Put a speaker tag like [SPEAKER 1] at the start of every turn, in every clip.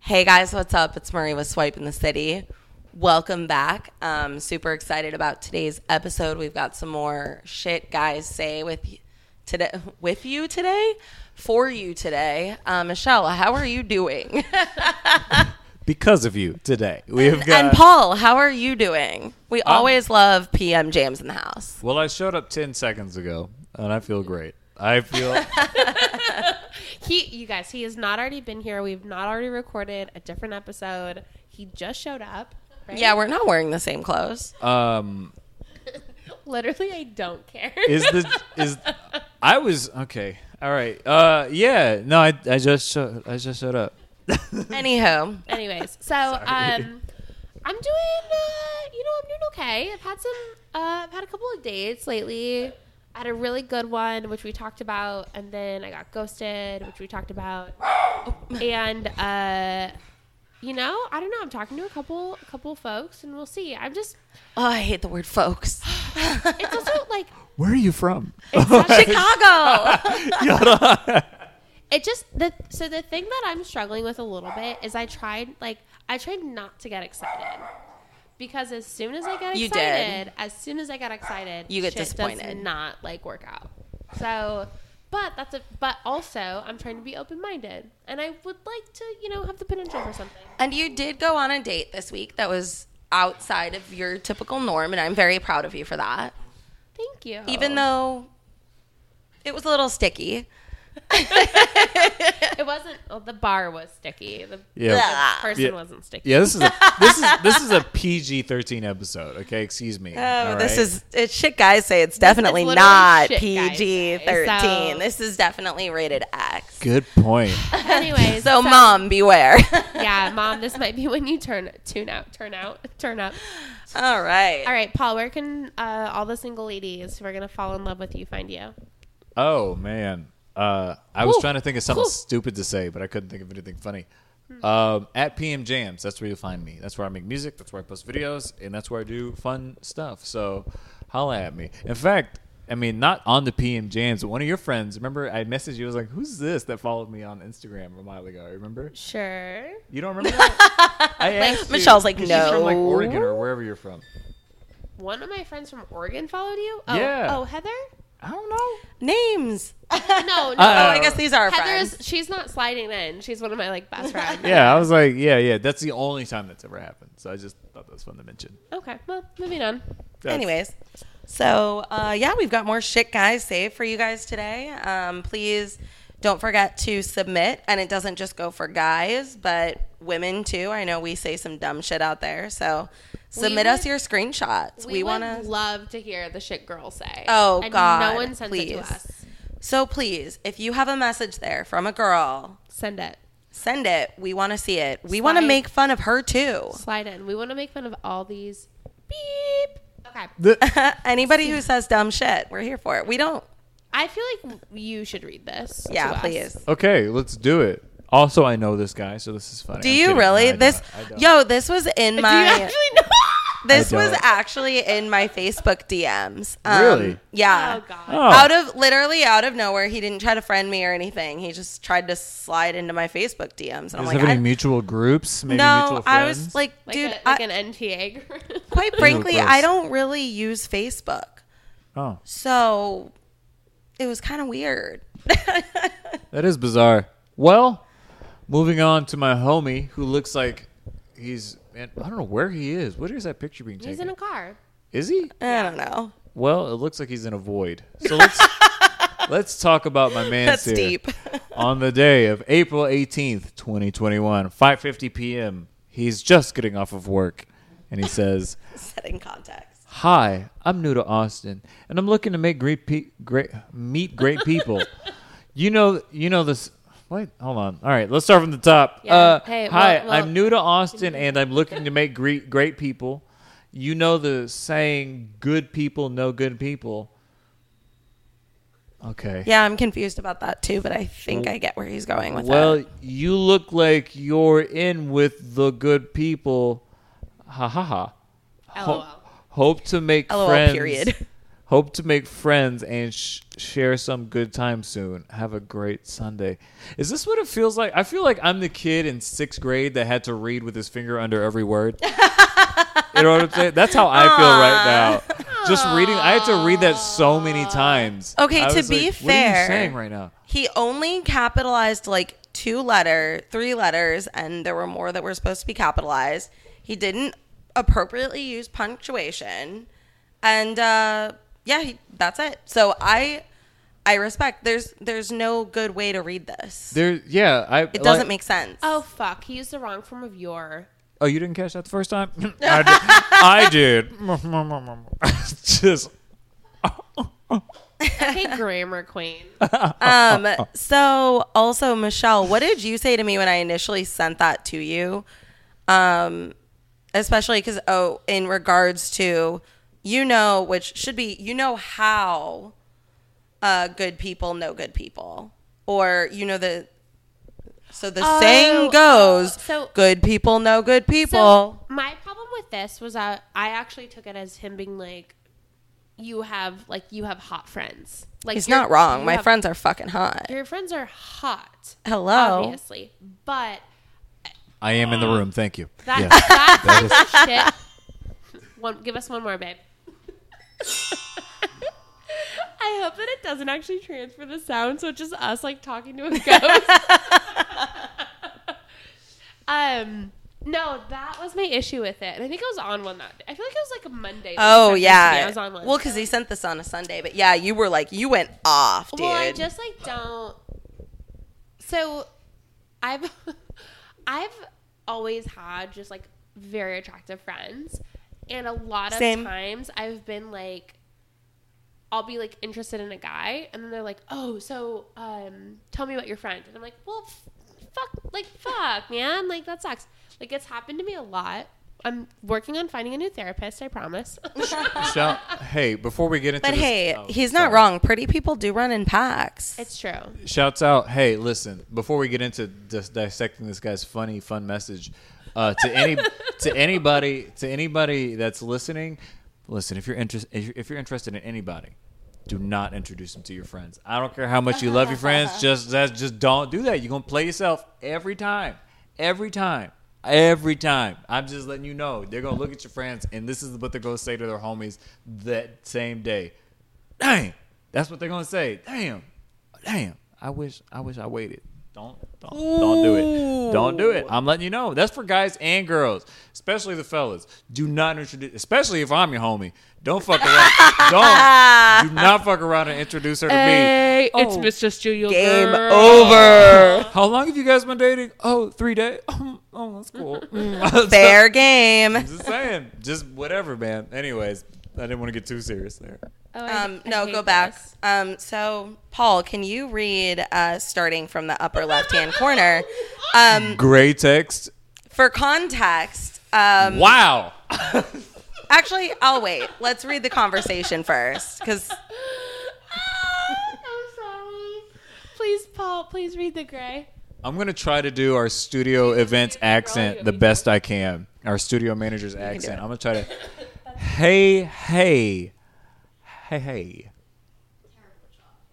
[SPEAKER 1] Hey guys, what's up? It's Murray with Swipe in the City. Welcome back. Um, super excited about today's episode. We've got some more shit guys say with y- today with you today for you today. Uh, Michelle, how are you doing?
[SPEAKER 2] because of you today. We have got.
[SPEAKER 1] and Paul, how are you doing? We
[SPEAKER 3] Um,
[SPEAKER 1] always love PM jams in the house.
[SPEAKER 2] well, I showed up ten seconds ago, and I feel great. I feel
[SPEAKER 3] He, you guys, he has not already been here. We've not already recorded a different episode. He just showed up. Right?
[SPEAKER 1] Yeah, we're not wearing the same clothes.
[SPEAKER 2] um
[SPEAKER 3] literally, I don't care.
[SPEAKER 2] is the is I was okay. All right. Uh yeah, no I I just show, I just showed up.
[SPEAKER 1] Anywho,
[SPEAKER 3] Anyways, so um, I'm doing, uh, you know, I'm doing okay. I've had some, uh, I've had a couple of dates lately. I had a really good one, which we talked about, and then I got ghosted, which we talked about, and uh, you know, I don't know. I'm talking to a couple, a couple folks, and we'll see. I'm just,
[SPEAKER 1] oh, I hate the word folks.
[SPEAKER 3] it's also like
[SPEAKER 2] Where are you from?
[SPEAKER 1] Chicago.
[SPEAKER 2] Oh.
[SPEAKER 3] it just the so the thing that I'm struggling with a little bit is I tried like I tried not to get excited because as soon as I got
[SPEAKER 1] You
[SPEAKER 3] excited, as soon as I got excited,
[SPEAKER 1] You get
[SPEAKER 3] shit
[SPEAKER 1] disappointed.
[SPEAKER 3] Does not like work out. So, but that's a but also I'm trying to be open minded and I would like to you know have the potential for something.
[SPEAKER 1] And you did go on a date this week that was outside of your typical norm, and I'm very proud of you for that.
[SPEAKER 3] Thank you.
[SPEAKER 1] Even though it was a little sticky.
[SPEAKER 3] it wasn't well, the bar was sticky. The
[SPEAKER 2] Yeah.
[SPEAKER 1] Ah.
[SPEAKER 3] person
[SPEAKER 2] Yeah.
[SPEAKER 3] wasn't sticky.
[SPEAKER 2] Yeah, this is a this is this is a PG thirteen episode, okay? Excuse me.
[SPEAKER 1] Oh,
[SPEAKER 2] all
[SPEAKER 1] this
[SPEAKER 2] right?
[SPEAKER 1] is it's shit guys say it's definitely
[SPEAKER 3] literally
[SPEAKER 1] not
[SPEAKER 3] shit guys
[SPEAKER 1] PG
[SPEAKER 3] say,
[SPEAKER 1] thirteen.
[SPEAKER 3] so-
[SPEAKER 1] This is definitely rated X.
[SPEAKER 2] good point.
[SPEAKER 3] Anyways,
[SPEAKER 1] So, mom, beware.
[SPEAKER 3] yeah, mom, this might be when you turn tune out, turn out, turn up.
[SPEAKER 1] All right.
[SPEAKER 3] All right, Paul, where can uh, all the single ladies who are going to fall in love with you find you?
[SPEAKER 2] Oh man, uh, I was
[SPEAKER 3] Ooh.
[SPEAKER 2] trying to think of something
[SPEAKER 3] Ooh.
[SPEAKER 2] stupid to say, but I couldn't think of anything funny.
[SPEAKER 1] Hmm.
[SPEAKER 2] Um, at PM Jams, that's where you'll find me. That's where I make music. That's where I post videos, and that's where I do fun stuff. So, holla at me. In fact, I mean, not on the PM Jams, but one of your friends. Remember, I messaged you. I was like, "Who's this that followed me on Instagram a while ago?" Remember?
[SPEAKER 3] Sure.
[SPEAKER 2] You don't remember? that? I asked you,
[SPEAKER 1] Michelle's like,
[SPEAKER 2] 'cause she's from like
[SPEAKER 1] "No."
[SPEAKER 2] Oregon or wherever you're from.
[SPEAKER 3] One of my friends from Oregon followed you. Oh,
[SPEAKER 2] Yeah.
[SPEAKER 3] oh Heather?
[SPEAKER 2] I don't know.
[SPEAKER 1] Names.
[SPEAKER 3] No,
[SPEAKER 1] oh,
[SPEAKER 3] no.
[SPEAKER 2] Uh,
[SPEAKER 1] I guess these are our
[SPEAKER 3] Heather
[SPEAKER 1] friends.
[SPEAKER 3] is, she's not sliding in. She's one of my, like, best friends.
[SPEAKER 2] Yeah, I was like, yeah, yeah. That's the only time that's ever happened. So I just thought that was fun to mention.
[SPEAKER 3] Okay, well, moving on.
[SPEAKER 2] That's-
[SPEAKER 1] Anyways, so uh, yeah, we've got more shit guys saved for you guys today. Um, please don't forget to submit, and it doesn't just go for guys, but women too. I know we say some dumb shit out there, so submit us
[SPEAKER 3] would-
[SPEAKER 1] your screenshots. We,
[SPEAKER 3] We,
[SPEAKER 1] want
[SPEAKER 3] would
[SPEAKER 1] to.
[SPEAKER 3] love to hear the shit girls say.
[SPEAKER 1] Oh,
[SPEAKER 3] and
[SPEAKER 1] God,
[SPEAKER 3] no one sends it
[SPEAKER 1] please.
[SPEAKER 3] to us.
[SPEAKER 1] So please, if you have a message there from a girl,
[SPEAKER 3] Send it.
[SPEAKER 1] send it. We want to see it. We want to
[SPEAKER 3] Slide.
[SPEAKER 1] make fun of her too.
[SPEAKER 3] Slide in. We want to make fun of all these. Beep. Okay.
[SPEAKER 1] Anybody who says dumb shit, we're here for it. We don't.
[SPEAKER 3] I feel like you should read this. to
[SPEAKER 1] Yeah,
[SPEAKER 3] us.
[SPEAKER 1] please.
[SPEAKER 2] Okay, let's do it. Also, I know this guy, so this is funny.
[SPEAKER 1] Do
[SPEAKER 2] I'm
[SPEAKER 1] you
[SPEAKER 2] kidding.
[SPEAKER 1] really?
[SPEAKER 2] No, I
[SPEAKER 1] this
[SPEAKER 2] don't. I don't.
[SPEAKER 1] yo, this was in
[SPEAKER 3] Do you
[SPEAKER 1] my
[SPEAKER 3] actually know?
[SPEAKER 1] This
[SPEAKER 2] I
[SPEAKER 1] was
[SPEAKER 2] don't.
[SPEAKER 1] actually in my Facebook DMs.
[SPEAKER 2] Really?
[SPEAKER 1] Yeah.
[SPEAKER 3] Oh, God.
[SPEAKER 2] Oh.
[SPEAKER 1] Out of literally out of nowhere, he didn't try to friend me or anything. He just tried to slide into my Facebook DMs, and I'm
[SPEAKER 2] Does it
[SPEAKER 1] like,
[SPEAKER 2] have
[SPEAKER 1] I,
[SPEAKER 2] any mutual groups? Maybe
[SPEAKER 1] Oh no,
[SPEAKER 2] mutual
[SPEAKER 1] I
[SPEAKER 2] friends?
[SPEAKER 1] was like,
[SPEAKER 3] Like
[SPEAKER 1] dude,
[SPEAKER 3] a, like
[SPEAKER 1] I,
[SPEAKER 3] an NTA group.
[SPEAKER 1] quite frankly,
[SPEAKER 2] gross.
[SPEAKER 1] I don't really use Facebook,
[SPEAKER 2] oh,
[SPEAKER 1] so it was kind of weird.
[SPEAKER 2] that is bizarre. Well, moving on to my homie who looks like he's. Man, I don't know where he is. What is that picture being taken?
[SPEAKER 3] He's in a car.
[SPEAKER 2] is he?
[SPEAKER 1] I don't know.
[SPEAKER 2] Well, it looks like he's in a void. So let's let's talk about my man.
[SPEAKER 1] That's
[SPEAKER 2] here.
[SPEAKER 1] deep.
[SPEAKER 2] on the day of April 18th, 2021, 5:50 p.m. He's just getting off of work and he says,
[SPEAKER 1] Setting context.
[SPEAKER 2] "Hi, I'm new to Austin and I'm looking to make great pe- great meet great people. you know, you know this Wait, hold on. All right, let's start from the top.
[SPEAKER 3] Yeah.
[SPEAKER 2] Uh,
[SPEAKER 3] Hey, well-
[SPEAKER 2] hi,
[SPEAKER 3] well-
[SPEAKER 2] I'm new to Austin and I'm looking to make great great people. You know the saying, good people know good people. Okay.
[SPEAKER 1] Yeah, I'm confused about that too, but I think I get where he's going with
[SPEAKER 2] Well,
[SPEAKER 1] that.
[SPEAKER 2] you look like you're in with the good people. Ha ha ha.
[SPEAKER 3] LOL.
[SPEAKER 2] Hope to make
[SPEAKER 1] LOL,
[SPEAKER 2] friends.
[SPEAKER 1] period.
[SPEAKER 2] Hope to make friends and sh- share some good time soon. Have a great Sunday. Is this what it feels like? I feel like I'm the kid in sixth grade that had to read with his finger under every word. you know what I'm saying? That's how I feel right now. Just reading, I had to read that so many times.
[SPEAKER 1] Okay,
[SPEAKER 2] I
[SPEAKER 1] to
[SPEAKER 2] was
[SPEAKER 1] be
[SPEAKER 2] like, what are
[SPEAKER 1] fair-
[SPEAKER 2] you saying right now?
[SPEAKER 1] He only capitalized like two letter, three letters, and there were more that were supposed to be capitalized. He didn't appropriately use punctuation, and uh, yeah, he, that's it. So I, I respect. There's there's no good way to read this.
[SPEAKER 2] There, yeah, I.
[SPEAKER 1] It doesn't make sense.
[SPEAKER 3] Oh fuck! He used the wrong form of your.
[SPEAKER 2] Oh, you didn't catch that the first time? I did. I did. Just
[SPEAKER 3] Okay, grammar queen.
[SPEAKER 1] Um. So also, Michelle, what did you say to me when I initially sent that to you? Um, especially because oh, in regards to you know, which should be you know how uh, good people know good people, or you know the. So the
[SPEAKER 3] Oh,
[SPEAKER 1] saying goes:
[SPEAKER 3] so-
[SPEAKER 1] good people know good
[SPEAKER 3] So
[SPEAKER 1] people.
[SPEAKER 3] my problem with this was that I actually took it as him being like, "You have like you have hot friends." Like
[SPEAKER 1] He's
[SPEAKER 3] you're-
[SPEAKER 1] not wrong.
[SPEAKER 3] you
[SPEAKER 1] My
[SPEAKER 3] have-
[SPEAKER 1] friends are fucking hot.
[SPEAKER 3] your friends are hot.
[SPEAKER 1] Hello.
[SPEAKER 3] obviously, but
[SPEAKER 2] I am in the room. Thank you.
[SPEAKER 3] that
[SPEAKER 2] Yes.
[SPEAKER 3] that, type of shit. One, give us one more, babe. I hope that it doesn't actually transfer the sound, so it's just us like talking to a ghost. um, no, that was my issue with it, and I think I was on one that. Day. I feel like it was like a Monday. that
[SPEAKER 1] Oh
[SPEAKER 3] happened to me. I
[SPEAKER 1] yeah.
[SPEAKER 3] was on one.
[SPEAKER 1] Well, because he sent this on a Sunday, but yeah, you were like you went off, dude.
[SPEAKER 3] Well, I just like don't. So, I've I've always had just like very attractive friends, and a lot of
[SPEAKER 1] Same.
[SPEAKER 3] times I've been like, I'll be like interested in a guy, and then they're like, "Oh, so um, tell me about your friend," and I'm like, "Well, f- fuck, like fuck, man, like that sucks." Like it's happened to me a lot. I'm working on finding a new therapist. I promise.
[SPEAKER 2] Michelle, hey, before we get into
[SPEAKER 1] But
[SPEAKER 2] this-
[SPEAKER 1] hey,
[SPEAKER 2] oh,
[SPEAKER 1] he's not
[SPEAKER 2] sorry.
[SPEAKER 1] wrong. Pretty people do run in packs.
[SPEAKER 3] it's true.
[SPEAKER 2] Shouts out, hey, listen, before we get into dis- dissecting this guy's funny, fun message, uh, to any to anybody to anybody that's listening, listen, if you're interest if you're- if you're interested in anybody, do not introduce them to your friends. I don't care how much you love your friends, just that's just don't do that. You're gonna play yourself every time, every time. Every time, I'm just letting you know they're gonna look at your friends, and this is what they're gonna say to their homies that same day dang, that's what they're gonna say. Damn, damn. I wish, I wish I waited. Don't, don't, don't do it. Don't do it. I'm letting you know. That's for guys and girls, especially the fellas. Do not introduce, especially if I'm your homie. Don't fuck around. don't, do not fuck around and introduce her to
[SPEAKER 3] Eh.
[SPEAKER 2] me.
[SPEAKER 3] it's
[SPEAKER 2] Oh,
[SPEAKER 3] Mr. Studio.
[SPEAKER 1] Game over.
[SPEAKER 2] How long have you guys been dating? Oh, three days. Oh, oh that's cool.
[SPEAKER 1] Fair game.
[SPEAKER 2] Just saying, just whatever, man. Anyways, I didn't want to get too serious there.
[SPEAKER 3] Oh, I-
[SPEAKER 1] Um,
[SPEAKER 3] I
[SPEAKER 1] no,
[SPEAKER 3] hate
[SPEAKER 1] go back.
[SPEAKER 3] this.
[SPEAKER 1] Um, so, Paul, can you read uh, starting from the upper left hand corner? Um,
[SPEAKER 2] Gray text.
[SPEAKER 1] for context, um,
[SPEAKER 2] Wow.
[SPEAKER 1] actually, I'll wait. Let's read the conversation first because
[SPEAKER 3] I'm sorry. Please, Paul, please read the gray.
[SPEAKER 2] I'm gonna try to do our studio events
[SPEAKER 3] you can roll
[SPEAKER 2] accent
[SPEAKER 3] it.
[SPEAKER 2] the best I can. Our studio manager's accent. I'm gonna try to. Hey, hey, hey, hey.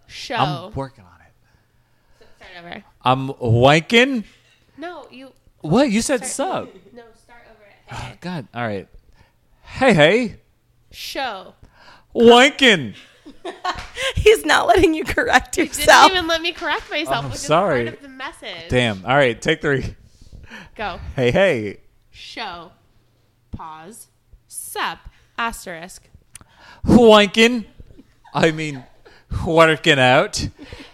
[SPEAKER 3] Show.
[SPEAKER 2] I'm working on it.
[SPEAKER 3] start over.
[SPEAKER 2] I'm wanking.
[SPEAKER 3] No, you.
[SPEAKER 2] What you said? Sub.
[SPEAKER 3] No, start over. Hey.
[SPEAKER 2] God. All right. Hey, hey,
[SPEAKER 3] Show.
[SPEAKER 2] wanking.
[SPEAKER 1] he's not letting you correct
[SPEAKER 3] Didn't
[SPEAKER 1] yourself.
[SPEAKER 3] even let me correct myself.
[SPEAKER 2] I'm
[SPEAKER 3] which
[SPEAKER 2] sorry.
[SPEAKER 3] Is part of the message.
[SPEAKER 2] Damn. All right. Take three.
[SPEAKER 3] Go.
[SPEAKER 2] Hey, hey,
[SPEAKER 3] Show. Pause. Sup. Asterisk.
[SPEAKER 2] wanking. I mean, working out.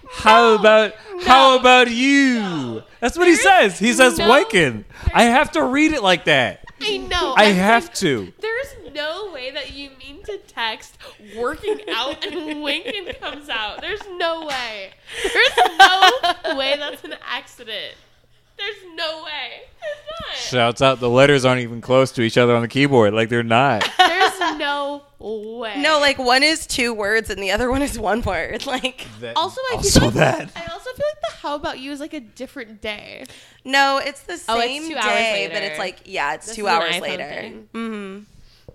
[SPEAKER 2] How about how about you? That's what he says. He says
[SPEAKER 3] Mm-hmm. no-
[SPEAKER 2] wanking. I have to read it like that.
[SPEAKER 3] I know.
[SPEAKER 2] I
[SPEAKER 3] I'm
[SPEAKER 2] have
[SPEAKER 3] like,
[SPEAKER 2] to.
[SPEAKER 3] There's no way that you mean to text working out and winking comes out. There's no way. There's no way that's an accident. There's no way. There's not.
[SPEAKER 2] Shouts out the letters aren't even close to each other on the keyboard. Like they're not.
[SPEAKER 3] There's no way.
[SPEAKER 1] No, like one is two words and the other one is one word. Like,
[SPEAKER 3] Also, I
[SPEAKER 2] Also
[SPEAKER 3] feel like,
[SPEAKER 2] that.
[SPEAKER 3] I also feel like the how about you is like a different day.
[SPEAKER 1] no, it's the same
[SPEAKER 3] Oh, it's two hours
[SPEAKER 1] day, but
[SPEAKER 3] later.
[SPEAKER 1] it's like, yeah, it's
[SPEAKER 3] This
[SPEAKER 1] two
[SPEAKER 3] is an
[SPEAKER 1] hours
[SPEAKER 3] iPhone
[SPEAKER 1] later.
[SPEAKER 3] thing.
[SPEAKER 1] Mm-hmm.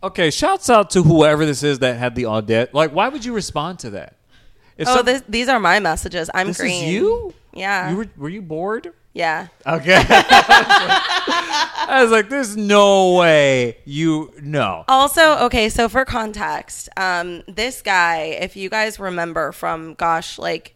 [SPEAKER 2] Okay, shouts out to whoever this is that had the audit. Like, why would you respond to that? If
[SPEAKER 1] Oh,
[SPEAKER 2] some-
[SPEAKER 1] this, these are my messages. I'm
[SPEAKER 2] this
[SPEAKER 1] green.
[SPEAKER 2] is you?
[SPEAKER 1] Yeah.
[SPEAKER 3] Uh.
[SPEAKER 2] You were, were you bored?
[SPEAKER 1] yeah.
[SPEAKER 2] Okay. I was like, there's no way you no.
[SPEAKER 1] Also, okay, so for context, um, this guy, if you guys remember from, gosh, like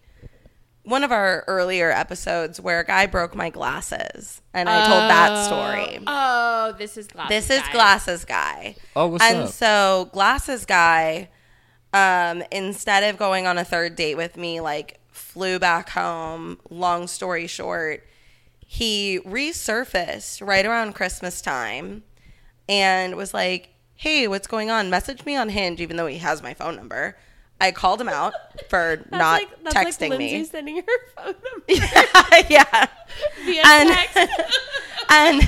[SPEAKER 1] one of our earlier episodes where a guy broke my glasses and I told that story.
[SPEAKER 3] Oh, this is glasses.
[SPEAKER 1] This is
[SPEAKER 3] guy.
[SPEAKER 1] Glasses Guy.
[SPEAKER 2] Oh, what's
[SPEAKER 1] and
[SPEAKER 2] up?
[SPEAKER 1] so Glasses Guy, um, instead of going on a third date with me, like flew back home. Long story short, he resurfaced right around Christmas time and was like, Hey, what's going on? Message me on Hinge, even though he has my phone number. I called him out for
[SPEAKER 3] That's
[SPEAKER 1] not
[SPEAKER 3] like, that's
[SPEAKER 1] texting
[SPEAKER 3] like Lindsay
[SPEAKER 1] me.
[SPEAKER 3] sending her phone number
[SPEAKER 1] yeah.
[SPEAKER 3] via
[SPEAKER 1] And-
[SPEAKER 3] text.
[SPEAKER 1] and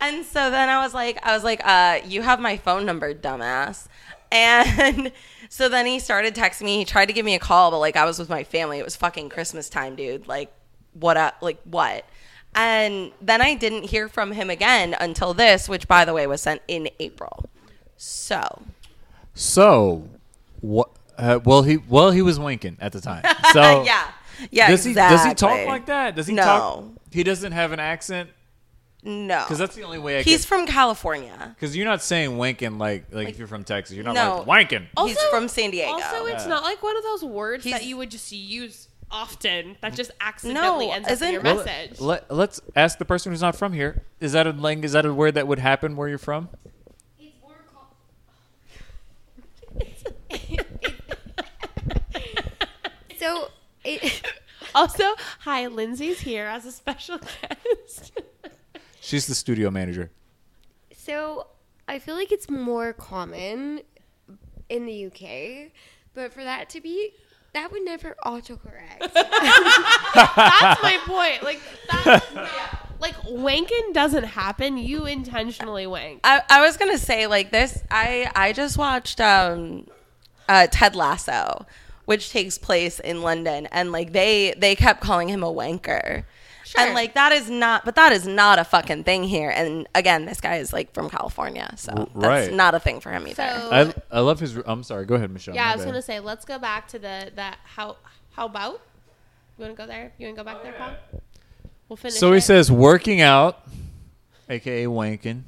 [SPEAKER 1] and so then I was like, I was like, uh, you have my phone number, dumbass. And so then he started texting me. He tried to give me a call, but like I was with my family. It was fucking Christmas time, dude. Like what? Up, like what? And then I didn't hear from him again until this, which by the way was sent in April. So
[SPEAKER 2] So, what? Uh, well, he well he was winking at the time. So
[SPEAKER 1] uh, yeah, yeah.
[SPEAKER 2] Oh. does he does he
[SPEAKER 1] exactly.
[SPEAKER 2] talk like that? Does he
[SPEAKER 1] No.
[SPEAKER 2] talk? He doesn't have an accent
[SPEAKER 1] No,
[SPEAKER 2] because that's the only way. I
[SPEAKER 1] he's
[SPEAKER 2] could-
[SPEAKER 1] from California.
[SPEAKER 2] Because you're not saying winking like, like if you're from Texas, you're not
[SPEAKER 1] No. Oh,
[SPEAKER 2] like wanking.
[SPEAKER 1] He's from San Diego.
[SPEAKER 3] Also, it's
[SPEAKER 2] Yeah.
[SPEAKER 3] not like one of those words
[SPEAKER 1] He's-
[SPEAKER 3] that you would just use often that just accidentally
[SPEAKER 1] No,
[SPEAKER 3] ends up in
[SPEAKER 1] isn't-
[SPEAKER 3] your
[SPEAKER 1] Well,
[SPEAKER 3] message.
[SPEAKER 2] Let, us ask the person who's not from here. Is that a lang- is that a word that would happen where you're from?
[SPEAKER 4] It's more called. So it.
[SPEAKER 3] also, hi, Lindsay's here as a special guest.
[SPEAKER 2] She's the studio manager.
[SPEAKER 4] So I feel like it's more common in the UK, but for that to be, that would never autocorrect.
[SPEAKER 3] That's my point. Like that's not- like wanking doesn't happen. You intentionally wank.
[SPEAKER 1] I, I was gonna say like this. I I just watched um, uh, Ted Lasso, which takes place in London, and like they they kept calling him a wanker,
[SPEAKER 3] Sure.
[SPEAKER 1] and like that is not, but that is not a fucking thing here. And again, this guy is like from California, so
[SPEAKER 2] W-
[SPEAKER 1] that's
[SPEAKER 2] right.
[SPEAKER 1] not a thing for him either.
[SPEAKER 3] So
[SPEAKER 2] I, I love his. I'm sorry. Go ahead, Michelle.
[SPEAKER 3] yeah,
[SPEAKER 2] my
[SPEAKER 3] I was
[SPEAKER 2] bad.
[SPEAKER 3] gonna say let's go back to the that how how about you want to go there? You want to go back there, Paul? We'll finish.
[SPEAKER 2] So he
[SPEAKER 3] it.
[SPEAKER 2] says working out, aka wanking.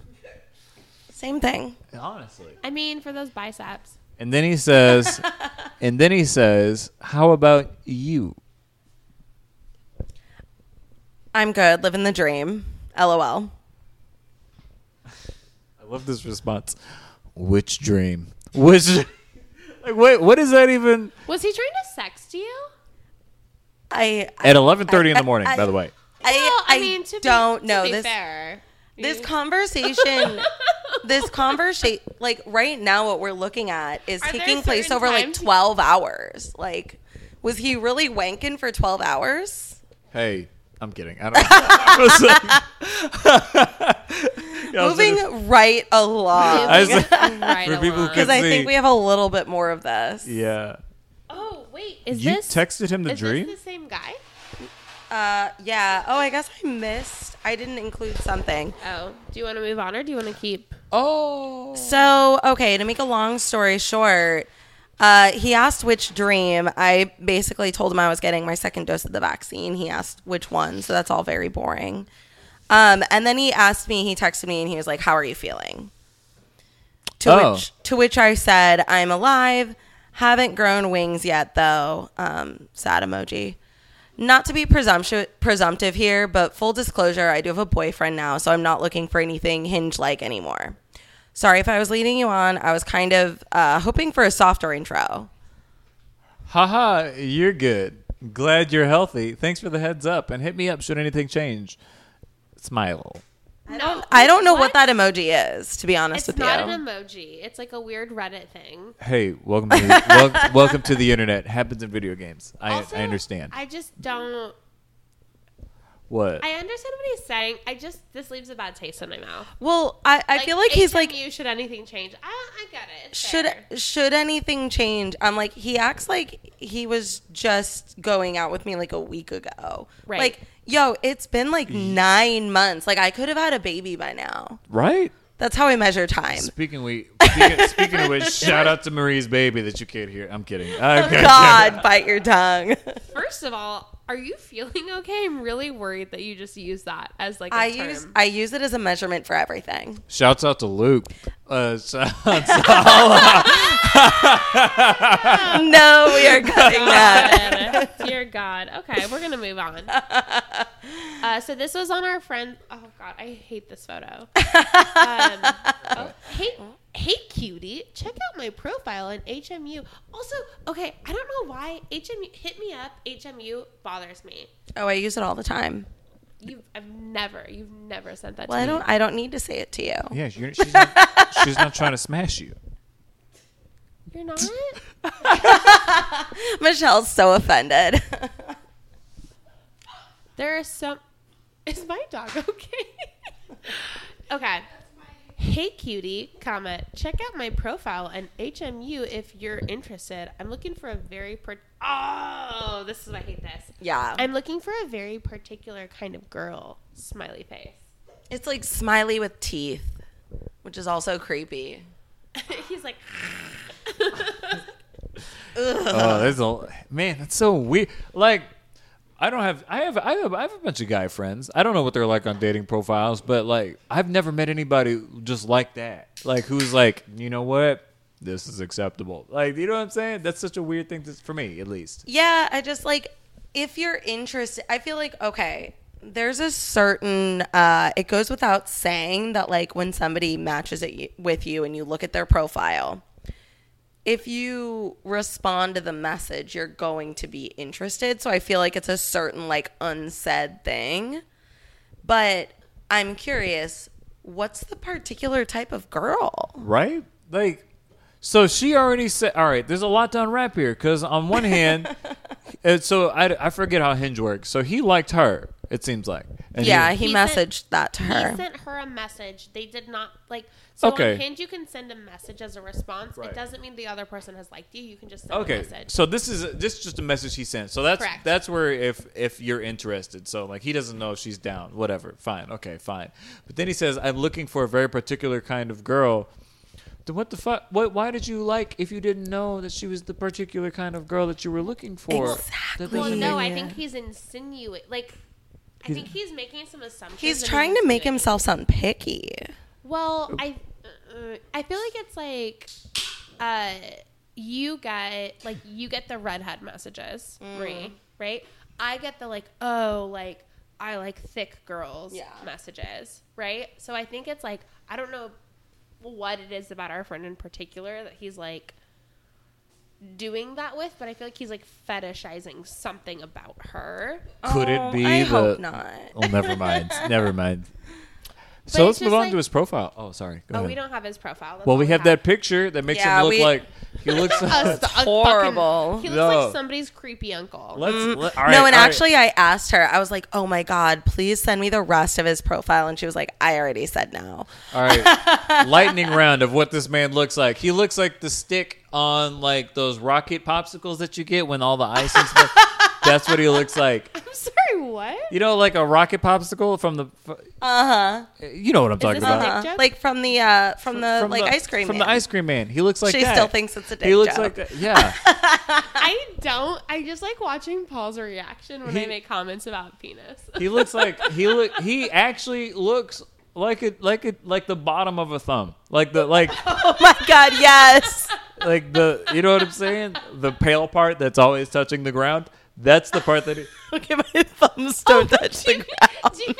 [SPEAKER 1] Same thing.
[SPEAKER 2] Honestly.
[SPEAKER 3] I mean, for those biceps.
[SPEAKER 2] And then he says, and then he says, how about you?
[SPEAKER 1] I'm good, living the dream. LOL.
[SPEAKER 2] I love this response. Which dream? Which? Like, wait, what is that even?
[SPEAKER 3] Was he trying to sext you?
[SPEAKER 1] I
[SPEAKER 2] At 11:30 in
[SPEAKER 1] I-
[SPEAKER 2] the morning,
[SPEAKER 1] I-
[SPEAKER 2] by the way.
[SPEAKER 1] I,
[SPEAKER 3] Well,
[SPEAKER 1] I, don't know this.
[SPEAKER 3] fair,
[SPEAKER 1] This
[SPEAKER 3] you-
[SPEAKER 1] conversation, this conversation, like right now, what we're looking at is
[SPEAKER 3] Are there
[SPEAKER 1] taking place
[SPEAKER 3] certain
[SPEAKER 1] over like
[SPEAKER 3] times-
[SPEAKER 1] 12 hours. Like, was he really wanking for 12 hours?
[SPEAKER 2] Hey, I'm kidding. I don't. know.
[SPEAKER 1] Moving right along.
[SPEAKER 2] I just-
[SPEAKER 3] right
[SPEAKER 2] for people who
[SPEAKER 3] along.
[SPEAKER 1] Because I
[SPEAKER 2] See.
[SPEAKER 1] think we have a little bit more of this.
[SPEAKER 2] yeah.
[SPEAKER 3] Oh wait, is
[SPEAKER 2] you
[SPEAKER 3] this
[SPEAKER 2] texted him the
[SPEAKER 3] is
[SPEAKER 2] dream.
[SPEAKER 3] this the same guy?
[SPEAKER 1] Uh, yeah. Oh, I guess I missed. I didn't include something.
[SPEAKER 3] Oh, do you want to move on or do you want to keep?
[SPEAKER 2] oh.
[SPEAKER 1] So, okay, to make a long story short, uh, he asked which dream. I basically told him I was getting my second dose of the vaccine. He asked which one. So that's all very boring. Um, and then he asked me, he texted me, and he was like, How are you feeling? To,
[SPEAKER 2] Oh.
[SPEAKER 1] which, to which I said, I'm alive. Haven't grown wings yet, though. Um, sad emoji. Not to be presumptu- presumptive here, but full disclosure, I do have a boyfriend now, so I'm not looking for anything hinge like anymore. Sorry if I was leading you on. I was kind of uh, hoping for a softer intro.
[SPEAKER 2] Haha, you're good. Glad you're healthy. Thanks for the heads up. And hit me up should anything change. Smile.
[SPEAKER 3] No,
[SPEAKER 1] I don't know what, that emoji is, to be honest
[SPEAKER 3] It's
[SPEAKER 1] with
[SPEAKER 3] not
[SPEAKER 1] you.
[SPEAKER 3] an emoji. It's like a weird Reddit thing.
[SPEAKER 2] Hey, welcome to the, wel- welcome to the internet. Happens in video games. I,
[SPEAKER 3] Also,
[SPEAKER 2] I understand.
[SPEAKER 3] I just don't.
[SPEAKER 2] what?
[SPEAKER 3] I understand what he's saying. I just this leaves a bad taste in my mouth.
[SPEAKER 1] well, I, I feel like he's like,
[SPEAKER 3] you should anything change? I, I get it. It's
[SPEAKER 1] should
[SPEAKER 3] fair.
[SPEAKER 1] should anything change? I'm like, he acts like he was just going out with me like a week ago.
[SPEAKER 3] Right.
[SPEAKER 1] Like, yo, it's been like nine months. Like, I could have had a baby by now.
[SPEAKER 2] right?
[SPEAKER 1] That's how I measure time.
[SPEAKER 2] Speaking we speaking, speaking of which, shout out to Marie's baby that you can't hear. I'm kidding.
[SPEAKER 3] Oh,
[SPEAKER 2] I'm kidding.
[SPEAKER 1] God, bite your tongue.
[SPEAKER 3] First of all, are you feeling okay? I'm really worried that you just use that as like a
[SPEAKER 1] I
[SPEAKER 3] term.
[SPEAKER 1] use I use it as a measurement for everything.
[SPEAKER 2] Shouts out to Luke. Uh, shouts out
[SPEAKER 1] No, we are
[SPEAKER 3] Oh,
[SPEAKER 1] cutting that.
[SPEAKER 3] God. Dear God. Okay, we're gonna move on. Uh, so this was on our friend. Oh God, I hate this photo. Um, oh, hey, hey, cutie, check out my profile on HMU. Also, okay, I don't know why HMU hit me up. HMU bothers me.
[SPEAKER 1] Oh, I use it all the time.
[SPEAKER 3] You, I've never, you've never sent that.
[SPEAKER 1] Well,
[SPEAKER 3] to
[SPEAKER 1] I
[SPEAKER 3] me.
[SPEAKER 1] don't I don't need to say it to you.
[SPEAKER 2] yeah, you're, she's, not, she's not trying to smash you.
[SPEAKER 3] You're not.
[SPEAKER 1] Michelle's so offended.
[SPEAKER 3] There are some. Is my dog okay? okay. Hey, cutie, comma. Check out my profile and HMU if you're interested. I'm looking for a very per. Oh, this is I hate this.
[SPEAKER 1] yeah.
[SPEAKER 3] I'm looking for a very particular kind of girl. Smiley face.
[SPEAKER 1] It's like smiley with teeth, which is also creepy.
[SPEAKER 3] He's like.
[SPEAKER 2] Oh, there's a man. That's so weird. Like, I don't have. I have. I have. I have a bunch of guy friends. I don't know what they're like on dating profiles, but like, I've never met anybody just like that. Like, who's like, you know what? This is acceptable. Like, you know what I'm saying? That's such a weird thing to, for me, at least.
[SPEAKER 1] Yeah, I just like if you're interested, I feel like okay, there's a certain uh it goes without saying that like when somebody matches it y- with you and you look at their profile, if you respond to the message, you're going to be interested. So I feel like it's a certain like unsaid thing. But I'm curious, what's the particular type of girl?
[SPEAKER 2] right? Like, so she already said, all right, there's a lot to unwrap here because on one hand, and so I, I forget how Hinge works. So he liked her, it seems like. And
[SPEAKER 1] Yeah,
[SPEAKER 2] he-
[SPEAKER 1] he,
[SPEAKER 3] He
[SPEAKER 1] messaged
[SPEAKER 3] sent-
[SPEAKER 1] that to her.
[SPEAKER 3] He sent her a message. They did not like. So
[SPEAKER 2] Okay.
[SPEAKER 3] on Hinge, you can send a message as a response.
[SPEAKER 2] Right.
[SPEAKER 3] It doesn't mean the other person has liked you. You can just send a
[SPEAKER 2] okay,
[SPEAKER 3] message.
[SPEAKER 2] so this is this is just a message he sent. So that's
[SPEAKER 3] Correct.
[SPEAKER 2] that's where if if you're interested, so like he doesn't know if she's down, whatever, fine, okay, fine. But then he says, I'm looking for a very particular kind of girl. Then what the fuck? What? Why did you like if you didn't know that she was the particular kind of girl that you were looking for?
[SPEAKER 1] Exactly.
[SPEAKER 2] That
[SPEAKER 3] Well,
[SPEAKER 2] doesn't
[SPEAKER 3] no,
[SPEAKER 2] make-
[SPEAKER 3] I think he's insinuating. Like, I think he's making some assumptions.
[SPEAKER 1] He's
[SPEAKER 3] and
[SPEAKER 1] trying to make
[SPEAKER 3] insinuating.
[SPEAKER 1] himself sound picky.
[SPEAKER 3] Well, I, uh, I feel like it's like, uh, you get like you get the redhead messages,
[SPEAKER 1] Mm.
[SPEAKER 3] Marie, right? I get the like, oh, like I like thick girls
[SPEAKER 1] Yeah.
[SPEAKER 3] messages, right? So I think it's like I don't know what it is about our friend in particular that he's like doing that with, but I feel like he's like fetishizing something about her.
[SPEAKER 2] Could it be
[SPEAKER 1] Oh, I
[SPEAKER 2] the?
[SPEAKER 1] hope not.
[SPEAKER 2] Oh, never mind. never mind. So let's
[SPEAKER 3] it's
[SPEAKER 2] move
[SPEAKER 3] just
[SPEAKER 2] on
[SPEAKER 3] like-
[SPEAKER 2] to his profile. Oh, sorry. Go
[SPEAKER 3] Oh,
[SPEAKER 2] ahead.
[SPEAKER 3] we don't have his profile. That's
[SPEAKER 2] well,
[SPEAKER 3] all
[SPEAKER 2] we have that picture that makes
[SPEAKER 1] Yeah,
[SPEAKER 2] him look
[SPEAKER 1] we-
[SPEAKER 2] like he looks.
[SPEAKER 3] A-
[SPEAKER 2] let's,
[SPEAKER 3] a fucking-
[SPEAKER 1] horrible.
[SPEAKER 3] He looks
[SPEAKER 2] No.
[SPEAKER 3] like somebody's creepy uncle.
[SPEAKER 2] let- all right,
[SPEAKER 1] no, and
[SPEAKER 2] all right.
[SPEAKER 1] actually, I asked her. I was like, "Oh my god, please send me the rest of his profile," and she was like, "I already said no."
[SPEAKER 2] All right. Lightning round of what this man looks like. He looks like the stick on like those rocket popsicles that you get when all the ice and stuff. That's what he looks like.
[SPEAKER 3] I'm sorry, what?
[SPEAKER 2] You know, like a rocket popsicle from the.
[SPEAKER 1] Uh
[SPEAKER 2] You know what I'm talking
[SPEAKER 3] this a
[SPEAKER 2] about.
[SPEAKER 3] dick
[SPEAKER 1] huh.
[SPEAKER 3] joke?
[SPEAKER 1] Like from the uh, from, the like ice cream.
[SPEAKER 2] From
[SPEAKER 1] man.
[SPEAKER 2] the ice cream man. He looks like
[SPEAKER 1] She
[SPEAKER 2] that.
[SPEAKER 1] still thinks it's a dick
[SPEAKER 2] He looks
[SPEAKER 1] joke.
[SPEAKER 2] like that. Yeah.
[SPEAKER 3] I don't. I just like watching Paul's reaction when
[SPEAKER 2] He-
[SPEAKER 3] I make comments about penis.
[SPEAKER 2] He looks like he look he actually looks like it like it like the bottom of a thumb. Like the like
[SPEAKER 1] Oh my god, yes.
[SPEAKER 2] like the you know what I'm saying? The pale part that's always touching the ground. That's the part that Oh,
[SPEAKER 1] okay,
[SPEAKER 2] he,
[SPEAKER 1] my thumbs don't touch the
[SPEAKER 3] do, you mean,
[SPEAKER 1] ground.
[SPEAKER 3] do you mean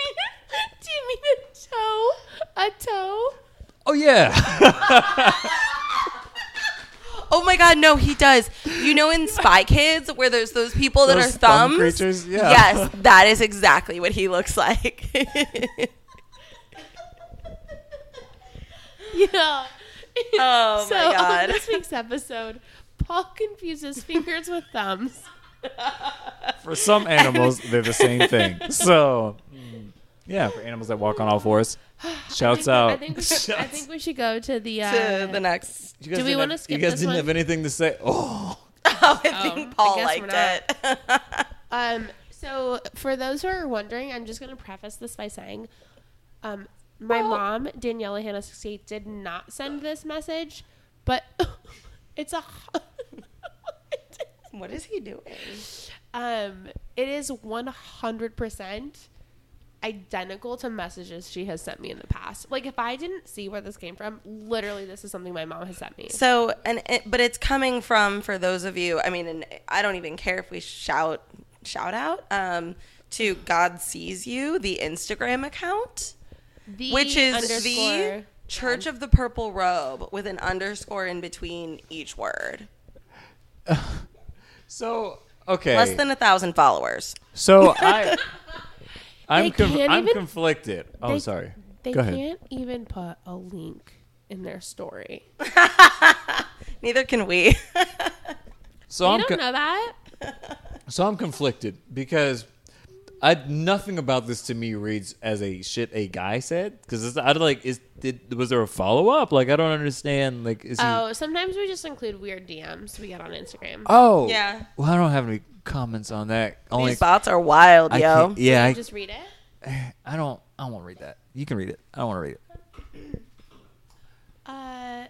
[SPEAKER 3] do you mean a toe? A toe?
[SPEAKER 2] Oh yeah.
[SPEAKER 1] Oh my god, no, he does. You know, in Spy Kids, where there's those people that
[SPEAKER 2] Those
[SPEAKER 1] are
[SPEAKER 2] thumb
[SPEAKER 1] thumbs.
[SPEAKER 2] creatures, yeah.
[SPEAKER 1] Yes, that is exactly what he looks like.
[SPEAKER 3] Yeah.
[SPEAKER 1] Oh, my
[SPEAKER 3] so
[SPEAKER 1] God.
[SPEAKER 3] on this week's episode, Paul confuses fingers with thumbs.
[SPEAKER 2] For some animals, they're the same thing. So hmm, yeah, for animals that walk on all fours. Shouts
[SPEAKER 3] I
[SPEAKER 2] out.
[SPEAKER 3] think, we should, I think we should go to the. Uh,
[SPEAKER 1] to the next.
[SPEAKER 2] You guys
[SPEAKER 3] Do we
[SPEAKER 2] didn't
[SPEAKER 3] wanna
[SPEAKER 2] have-
[SPEAKER 3] skip
[SPEAKER 2] You guys
[SPEAKER 3] this
[SPEAKER 2] didn't
[SPEAKER 3] one?
[SPEAKER 2] have anything to say. Oh,
[SPEAKER 1] Oh, I
[SPEAKER 3] Oh,
[SPEAKER 1] think
[SPEAKER 3] I
[SPEAKER 1] Paul
[SPEAKER 3] guess we're
[SPEAKER 1] liked it.
[SPEAKER 3] Um, so for those who are wondering, I'm just going to preface this by saying, um, my mom, Daniela Hannah 68, did not send this message, but it's a.
[SPEAKER 1] What is he doing?
[SPEAKER 3] um, it is 100% identical to messages she has sent me in the past. Like, if I didn't see where this came from, literally, this is something my mom has sent me.
[SPEAKER 1] So, and it, but it's coming from for those of you. I mean, and I don't even care if we shout shout out um, to God sees you the Instagram account,
[SPEAKER 3] The
[SPEAKER 1] which is the
[SPEAKER 3] underscore-
[SPEAKER 1] Church of the Purple Robe with an underscore in between each word.
[SPEAKER 2] So okay,
[SPEAKER 1] Less than a thousand followers.
[SPEAKER 2] so I. I'm, conf-
[SPEAKER 3] can't
[SPEAKER 2] I'm
[SPEAKER 3] even-
[SPEAKER 2] conflicted. Oh,
[SPEAKER 3] They-
[SPEAKER 2] sorry.
[SPEAKER 3] They
[SPEAKER 2] Go ahead.
[SPEAKER 3] can't even put a link in their story.
[SPEAKER 1] Neither can we.
[SPEAKER 2] So
[SPEAKER 3] You
[SPEAKER 2] I'm
[SPEAKER 3] don't
[SPEAKER 2] co-
[SPEAKER 3] know that?
[SPEAKER 2] So I'm conflicted because I nothing about this to me reads as a shit a guy said because I don't like is did was there a follow up like I don't understand like is he
[SPEAKER 3] Oh, sometimes we just include weird DMs we get on Instagram.
[SPEAKER 2] oh
[SPEAKER 1] Yeah.
[SPEAKER 2] well I don't have any comments on that only
[SPEAKER 1] These bots are wild,
[SPEAKER 2] I
[SPEAKER 1] yo.
[SPEAKER 2] can't, e- yeah I,
[SPEAKER 3] just read it.
[SPEAKER 2] I don't I don't want to read that you can read it I don't want to read it
[SPEAKER 3] Uh,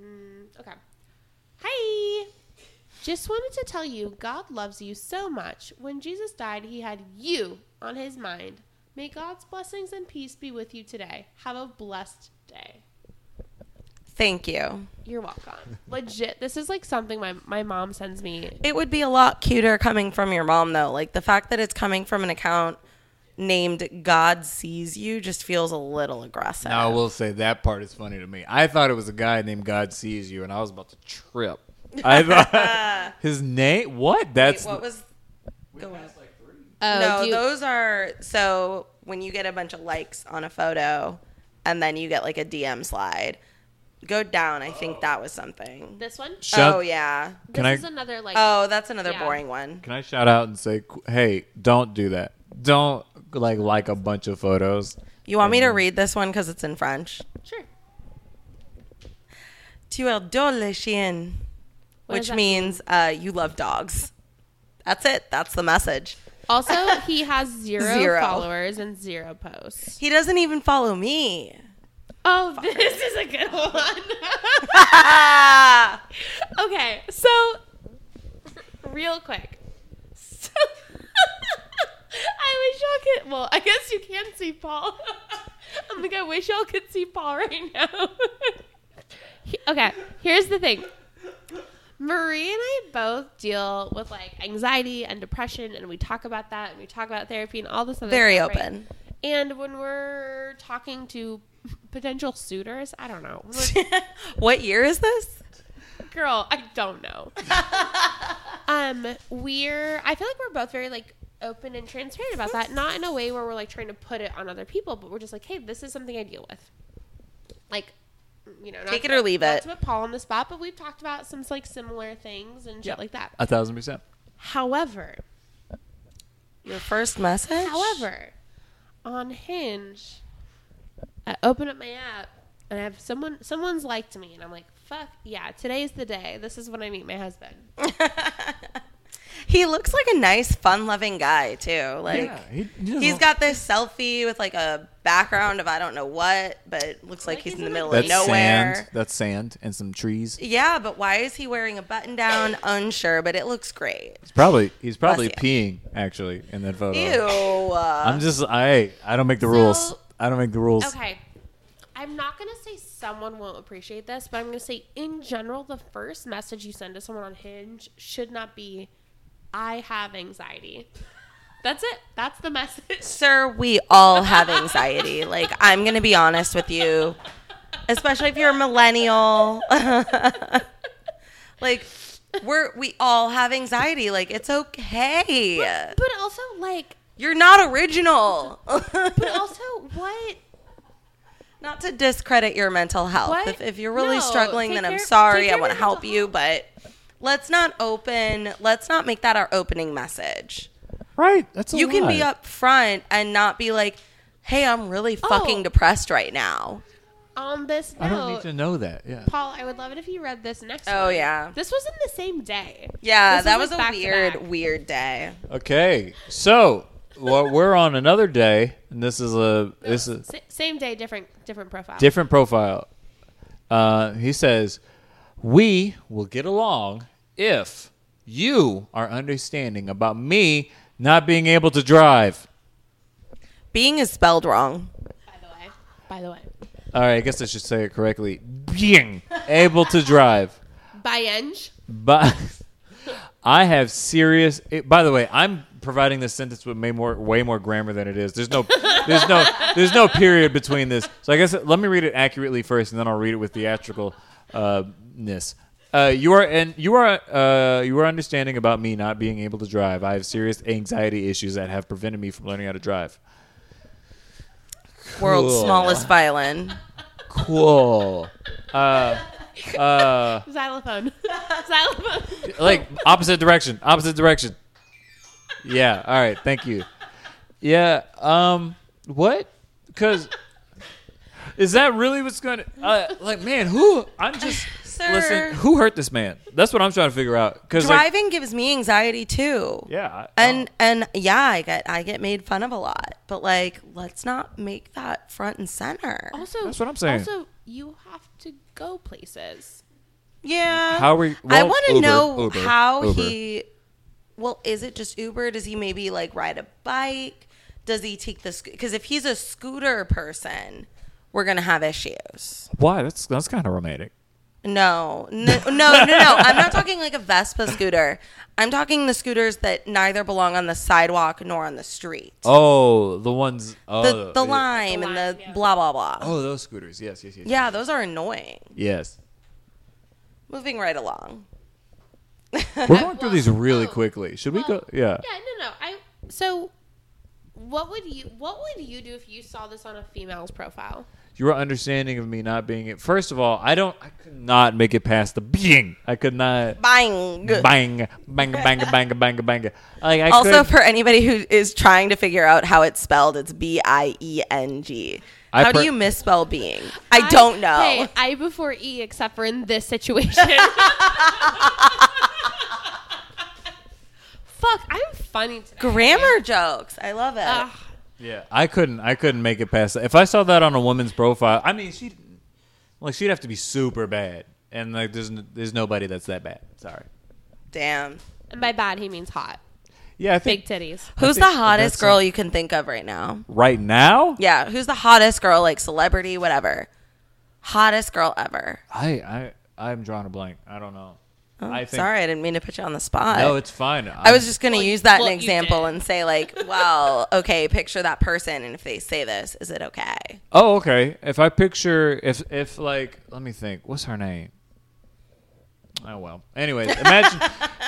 [SPEAKER 3] mm, okay. Hi. Just wanted to tell you, God loves you so much. When Jesus died, he had you on his mind. May God's blessings and peace be with you today. Have a blessed day.
[SPEAKER 1] Thank you.
[SPEAKER 3] You're welcome. Legit, this is like something my, my mom sends me.
[SPEAKER 1] It would be a lot cuter coming from your mom, though. Like the fact that it's coming from an account named God Sees You just feels a little aggressive.
[SPEAKER 2] now I will say that part is funny to me I thought it was a guy named God sees you and I was about to trip I thought his name what
[SPEAKER 1] Wait,
[SPEAKER 2] that's
[SPEAKER 1] what was? Go on.
[SPEAKER 3] Oh,
[SPEAKER 1] no,
[SPEAKER 3] do you-
[SPEAKER 1] those are so when you get a bunch of likes on a photo, and then you get like a DM slide. Go down. I think that was something.
[SPEAKER 3] this one.
[SPEAKER 2] Shout-
[SPEAKER 1] oh yeah.
[SPEAKER 3] This
[SPEAKER 2] can I-
[SPEAKER 3] is another like.
[SPEAKER 1] Oh, that's another
[SPEAKER 3] Yeah.
[SPEAKER 1] boring one.
[SPEAKER 2] Can I shout out and say, qu- hey, don't do that. Don't like like a bunch of photos.
[SPEAKER 1] You want me to read this one because it's in French?
[SPEAKER 3] sure.
[SPEAKER 1] Tu adores les chiens,
[SPEAKER 3] What does
[SPEAKER 1] which
[SPEAKER 3] that
[SPEAKER 1] means uh, you love dogs. That's it. That's the message.
[SPEAKER 3] Also, he has zero,
[SPEAKER 1] Zero.
[SPEAKER 3] followers and zero posts.
[SPEAKER 1] He doesn't even follow me.
[SPEAKER 3] Oh, this is a good one.
[SPEAKER 1] Ah!
[SPEAKER 3] okay, so real quick. So, I wish y'all could. Well, I guess you can see Paul. I'm like, I wish y'all could see Paul right now. He- okay, here's the thing. Marie and I both deal with like anxiety and depression, and we talk about that, and we talk about therapy and all this other
[SPEAKER 1] Very
[SPEAKER 3] stuff, right?
[SPEAKER 1] open.
[SPEAKER 3] And when we're talking to potential suitors, I don't know. When we're
[SPEAKER 1] what year is this?
[SPEAKER 3] girl i don't know um we're i feel like we're both very like open and transparent about that not in a way where we're like trying to put it on other people but we're just like hey this is something i deal with like you know not
[SPEAKER 1] Take it
[SPEAKER 3] to-
[SPEAKER 1] or leave
[SPEAKER 3] not
[SPEAKER 1] it.
[SPEAKER 3] to put paul on the spot but we've talked about some like similar things and shit like that
[SPEAKER 2] A thousand percent.
[SPEAKER 3] however
[SPEAKER 1] Your first message?
[SPEAKER 3] However, on Hinge, I open up my app and I have someone someone's liked me and I'm like, fuck yeah, today's the day. This is when I meet my husband.
[SPEAKER 1] he looks like a nice, fun loving guy, too. Like,
[SPEAKER 2] Yeah, he- he doesn't-
[SPEAKER 1] he has got this selfie with like a background of I don't know what, but it looks like,
[SPEAKER 3] Like
[SPEAKER 1] he's
[SPEAKER 3] he's
[SPEAKER 1] in the
[SPEAKER 3] in a
[SPEAKER 1] middle
[SPEAKER 2] That's
[SPEAKER 1] of nowhere.
[SPEAKER 2] sand. That's sand and some trees.
[SPEAKER 1] Yeah, but why is he wearing a button down? Unsure, but it looks great.
[SPEAKER 2] It's probably he's probably
[SPEAKER 1] Bless
[SPEAKER 2] peeing actually in that photo.
[SPEAKER 1] Ew. uh,
[SPEAKER 2] I'm just I I don't make the rules.
[SPEAKER 3] So-
[SPEAKER 2] I don't make the rules.
[SPEAKER 3] Okay. I'm not going to say someone won't appreciate this, but I'm going to say in general, the first message you send to someone on Hinge should not be, I have anxiety. That's it. That's the message.
[SPEAKER 1] Sir, we all have anxiety. Like, I'm going to be honest with you, especially if you're a millennial. like, we're we all have anxiety. Like, it's okay.
[SPEAKER 3] But also, like,
[SPEAKER 1] You're not original.
[SPEAKER 3] but also, what?
[SPEAKER 1] not to discredit your mental health.
[SPEAKER 3] What?
[SPEAKER 1] If, if you're really
[SPEAKER 3] No,
[SPEAKER 1] struggling,
[SPEAKER 3] take
[SPEAKER 1] then I'm
[SPEAKER 3] care- take
[SPEAKER 1] sorry. I
[SPEAKER 3] care of
[SPEAKER 1] want to
[SPEAKER 3] your
[SPEAKER 1] help
[SPEAKER 3] mental
[SPEAKER 1] you, but let's not open. Let's not make that our opening message.
[SPEAKER 2] Right. That's a
[SPEAKER 1] you can be
[SPEAKER 2] lie.
[SPEAKER 1] up front and not be like, "Hey, I'm really fucking
[SPEAKER 3] Oh.
[SPEAKER 1] depressed right now."
[SPEAKER 3] On this note,
[SPEAKER 2] I don't need to know that. Yeah.
[SPEAKER 3] Paul, I would love it if you read this next
[SPEAKER 1] Oh,
[SPEAKER 3] one.
[SPEAKER 1] yeah.
[SPEAKER 3] This was in the same day.
[SPEAKER 1] Yeah,
[SPEAKER 3] This
[SPEAKER 1] that
[SPEAKER 3] was,
[SPEAKER 1] was
[SPEAKER 3] like,
[SPEAKER 1] a
[SPEAKER 3] back to
[SPEAKER 1] weird,
[SPEAKER 3] back.
[SPEAKER 1] weird day.
[SPEAKER 2] Okay. So well, we're on another day, and this is a this is
[SPEAKER 3] S- same day, different different profile.
[SPEAKER 2] different profile. Uh, he says, "We will get along if you are understanding about me not being able to drive."
[SPEAKER 1] Being is spelled wrong.
[SPEAKER 3] by the way. By the way.
[SPEAKER 2] All right, I guess I should say it correctly. Being able to drive,
[SPEAKER 3] By Eng.
[SPEAKER 2] but I have serious. It, by the way, I'm providing this sentence with way more way more grammar than it is. There's no there's no there's no period between this. So I guess let me read it accurately first, and then I'll read it with theatrical uh, ness. Uh, you are and you are uh, you are understanding about me not being able to drive. I have serious anxiety issues that have prevented me from learning how to drive.
[SPEAKER 1] World's
[SPEAKER 2] Cool.
[SPEAKER 1] smallest violin.
[SPEAKER 2] Cool.
[SPEAKER 3] Xylophone. Xylophone.
[SPEAKER 2] like opposite direction opposite direction yeah all right thank you yeah um what because is that really what's gonna uh, like man who i'm just
[SPEAKER 1] Sir.
[SPEAKER 2] listen who hurt this man that's what i'm trying to figure out because like,
[SPEAKER 1] Driving gives me anxiety too.
[SPEAKER 2] yeah I-
[SPEAKER 1] And and yeah, I get I get made fun of a lot, but like let's not make that front and center.
[SPEAKER 3] Also,
[SPEAKER 2] That's what I'm saying.
[SPEAKER 3] Also, you have to go places.
[SPEAKER 1] Yeah.
[SPEAKER 2] How we-
[SPEAKER 1] I
[SPEAKER 2] well,
[SPEAKER 1] want to
[SPEAKER 2] Uber,
[SPEAKER 1] know
[SPEAKER 2] Uber,
[SPEAKER 1] how
[SPEAKER 2] Uber.
[SPEAKER 1] he. Well, is it just Uber? Does he maybe like ride a bike? Does he take the because if he's a scooter person, we're gonna have issues.
[SPEAKER 2] why that's that's kind of romantic
[SPEAKER 1] No, no, no, no, no. I'm not talking like a Vespa scooter. I'm talking the scooters that neither belong on the sidewalk nor on the street.
[SPEAKER 2] oh the ones oh
[SPEAKER 1] the the lime
[SPEAKER 3] The
[SPEAKER 1] and
[SPEAKER 3] lime,
[SPEAKER 1] the
[SPEAKER 3] yeah.
[SPEAKER 1] blah blah blah.
[SPEAKER 2] oh those scooters yes yes yes
[SPEAKER 1] Yeah, those are annoying.
[SPEAKER 2] yes
[SPEAKER 1] Moving right along.
[SPEAKER 2] we're going through these
[SPEAKER 3] well,
[SPEAKER 2] really
[SPEAKER 3] oh,
[SPEAKER 2] quickly should we
[SPEAKER 3] well,
[SPEAKER 2] go yeah
[SPEAKER 3] Yeah, no, no. I so what would you what would you do if you saw this on a female's profile?
[SPEAKER 2] your understanding of me not being it. First of all, I don't. I could not make it past the being. I could not.
[SPEAKER 1] Bang.
[SPEAKER 2] Bang, bang, bang, bang, bang, bang. Like I
[SPEAKER 1] also,
[SPEAKER 2] could,
[SPEAKER 1] for anybody who is trying to figure out how it's spelled, it's B I E N G.
[SPEAKER 2] I
[SPEAKER 1] How
[SPEAKER 2] per-
[SPEAKER 1] do you misspell being? I don't know.
[SPEAKER 3] Hey, I before E except for in this situation. Fuck, I'm funny today.
[SPEAKER 1] Grammar jokes. I love it.
[SPEAKER 3] Ugh.
[SPEAKER 2] yeah, I couldn't. I couldn't make it past. that. If I saw that on a woman's profile, I mean, she, like, she'd have to be super bad, and like, there's n- there's nobody that's that bad. Sorry.
[SPEAKER 1] Damn.
[SPEAKER 3] and by bad he means hot.
[SPEAKER 2] Yeah, I
[SPEAKER 3] Big
[SPEAKER 2] think
[SPEAKER 3] titties.
[SPEAKER 1] Who's the
[SPEAKER 2] think
[SPEAKER 1] hottest
[SPEAKER 2] that's
[SPEAKER 1] girl you can think of right now?
[SPEAKER 2] right now,
[SPEAKER 1] Yeah, who's the hottest girl, like celebrity, whatever? Hottest girl ever.
[SPEAKER 2] I I I'm drawing a blank. I don't know. I think,
[SPEAKER 1] Oh, Sorry, I didn't mean to put you on the spot.
[SPEAKER 2] No, it's fine.
[SPEAKER 1] I was just going to
[SPEAKER 3] Well, you-
[SPEAKER 1] use that
[SPEAKER 3] well,
[SPEAKER 1] an
[SPEAKER 3] you
[SPEAKER 1] example
[SPEAKER 3] did.
[SPEAKER 1] and say, like, well, okay, picture that person. And if they say this, is it okay?
[SPEAKER 2] Oh, okay. If I picture if if like let me think, what's her name? Oh well. Anyways, imagine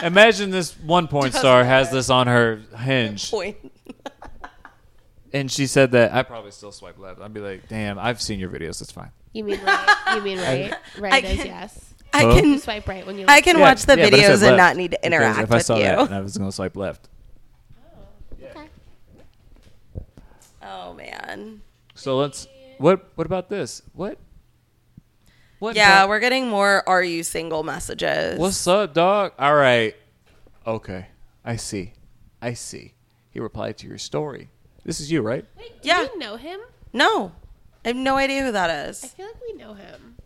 [SPEAKER 2] imagine this one porn star has this on her hinge
[SPEAKER 1] Point.
[SPEAKER 2] and she said that I probably still swipe left. I'd be like, damn, I've seen your videos, it's fine.
[SPEAKER 3] You mean right. You mean right. Right
[SPEAKER 1] I
[SPEAKER 3] is
[SPEAKER 1] can-
[SPEAKER 3] yes.
[SPEAKER 1] I
[SPEAKER 2] Huh?
[SPEAKER 1] can
[SPEAKER 3] You swipe right when you
[SPEAKER 1] I can
[SPEAKER 2] Yeah,
[SPEAKER 1] watch the
[SPEAKER 2] yeah, but I said
[SPEAKER 1] videos and
[SPEAKER 2] left
[SPEAKER 1] not need to
[SPEAKER 2] because
[SPEAKER 1] interact
[SPEAKER 2] If I saw
[SPEAKER 1] with you.
[SPEAKER 2] that and I was gonna swipe left.
[SPEAKER 3] Okay.
[SPEAKER 1] Oh man.
[SPEAKER 2] So let's what what about this? What? What
[SPEAKER 1] Yeah,
[SPEAKER 2] dog-
[SPEAKER 1] we're getting more are you single messages.
[SPEAKER 2] What's up, dog? All right. Okay. I see. I see. He replied to your story. This is you, right?
[SPEAKER 3] Wait, do
[SPEAKER 1] Yeah.
[SPEAKER 3] we know him?
[SPEAKER 1] no. I have no idea who that
[SPEAKER 3] I
[SPEAKER 1] is.
[SPEAKER 3] feel like we know him.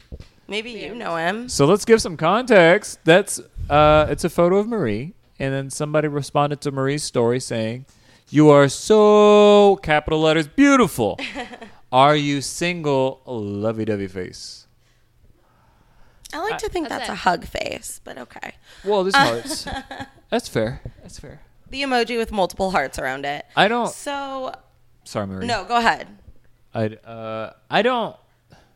[SPEAKER 1] Maybe you know him.
[SPEAKER 2] So let's give some context. That's uh, it's a photo of Marie, and then somebody responded to Marie's story saying, "You are so capital letters beautiful. are you single? Lovey-dovey face.
[SPEAKER 1] I like to think that's,
[SPEAKER 3] That's
[SPEAKER 1] a
[SPEAKER 3] it.
[SPEAKER 1] hug face, but okay.
[SPEAKER 2] Well, this hurts. That's fair. That's fair.
[SPEAKER 1] The emoji with multiple hearts around it.
[SPEAKER 2] I don't.
[SPEAKER 1] So
[SPEAKER 2] Sorry, Marie.
[SPEAKER 1] no, go ahead.
[SPEAKER 2] I uh, I don't.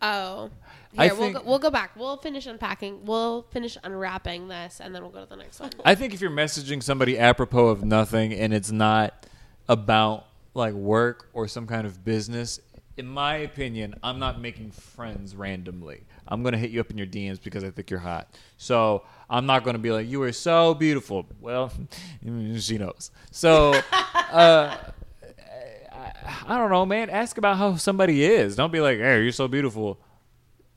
[SPEAKER 3] Oh.
[SPEAKER 2] I
[SPEAKER 3] Here, we'll,
[SPEAKER 2] think-
[SPEAKER 3] go, we'll go back. We'll finish unpacking. We'll finish unwrapping this, and then we'll go to the next one.
[SPEAKER 2] I think if you're messaging somebody apropos of nothing and it's not about like work or some kind of business, in my opinion, I'm not making friends randomly. I'm gonna hit you up in your DMs because I think you're hot. So I'm not gonna be like, "You are so beautiful." Well, she knows. So uh, I, I don't know, man. Ask about how somebody is. Don't be like, "Hey, you're so beautiful."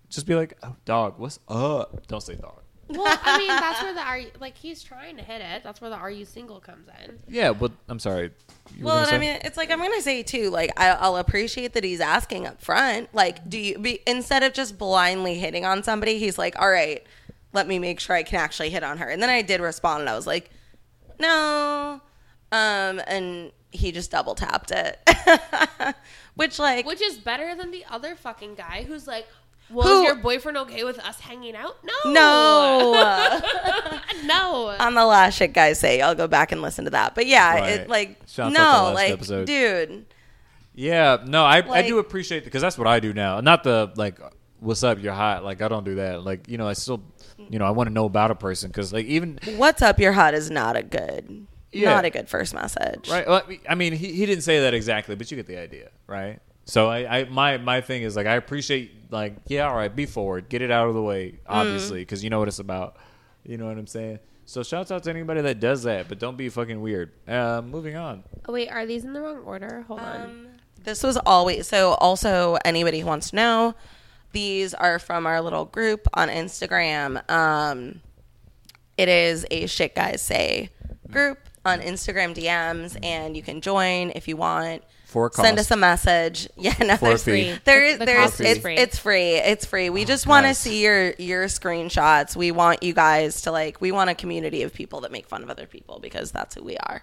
[SPEAKER 2] Just be like, "Oh, dog, what's up?" Don't say dog.
[SPEAKER 3] Well, I mean, that's where the are you, like he's trying to hit it. That's where the are you single comes in.
[SPEAKER 2] Yeah, but I'm sorry. You were
[SPEAKER 1] Well,
[SPEAKER 2] gonna
[SPEAKER 1] and I
[SPEAKER 2] say?
[SPEAKER 1] mean, it's like I'm gonna say too. Like I, I'll appreciate that he's asking up front. Like, do you be instead of just blindly hitting on somebody? He's like, all right, let me make sure I can actually hit on her. And then I did respond, and I was like, no. Um, and he just double tapped it, which like
[SPEAKER 3] Which is better than the other fucking guy who's like, well,
[SPEAKER 1] Who-
[SPEAKER 3] is your boyfriend okay with us hanging out? No. Uh,
[SPEAKER 1] no.
[SPEAKER 3] no.
[SPEAKER 1] on the last shit guys say, I'll go back and listen to that. But yeah,
[SPEAKER 2] Right.
[SPEAKER 1] it like
[SPEAKER 2] Shouts out that
[SPEAKER 1] no,
[SPEAKER 2] last
[SPEAKER 1] like
[SPEAKER 2] episode.
[SPEAKER 1] dude.
[SPEAKER 2] Yeah, no, I, I do
[SPEAKER 1] Like-
[SPEAKER 2] appreciate because that's what I do now. Not the like, what's up, you're hot. Like I don't do that. Like you know, I still, you know, I want to know about a person because like even
[SPEAKER 1] What's up your hot is not a good
[SPEAKER 2] Yeah.
[SPEAKER 1] not a good first message.
[SPEAKER 2] right. well, I mean, he, he didn't say that exactly, but you get the idea, right? So I, I my my thing is like I appreciate like yeah, all right, be forward, get it out of the way,
[SPEAKER 1] Mm-hmm.
[SPEAKER 2] obviously, because you know what it's about. You know what I'm saying? So shouts out to anybody that does that, but don't be fucking weird. Uh, moving on.
[SPEAKER 3] Oh, wait, are these in the wrong order? Hold on.
[SPEAKER 1] This was always so. Also, anybody who wants to know, these are from our little group on Instagram. Um, it is a shit guys say group on Instagram DMs, and you can join if you want.
[SPEAKER 2] For a
[SPEAKER 1] Send us
[SPEAKER 2] cost.
[SPEAKER 1] a message. Yeah, no,
[SPEAKER 2] For a
[SPEAKER 1] there's
[SPEAKER 2] fee. Free.
[SPEAKER 1] There is
[SPEAKER 3] The
[SPEAKER 1] there is
[SPEAKER 3] cost is
[SPEAKER 1] it's
[SPEAKER 3] free.
[SPEAKER 1] free. it's free. It's free. We just want to
[SPEAKER 2] nice.
[SPEAKER 1] see your your screenshots. We want you guys to like. We want a community of people that make fun of other people because that's who we are.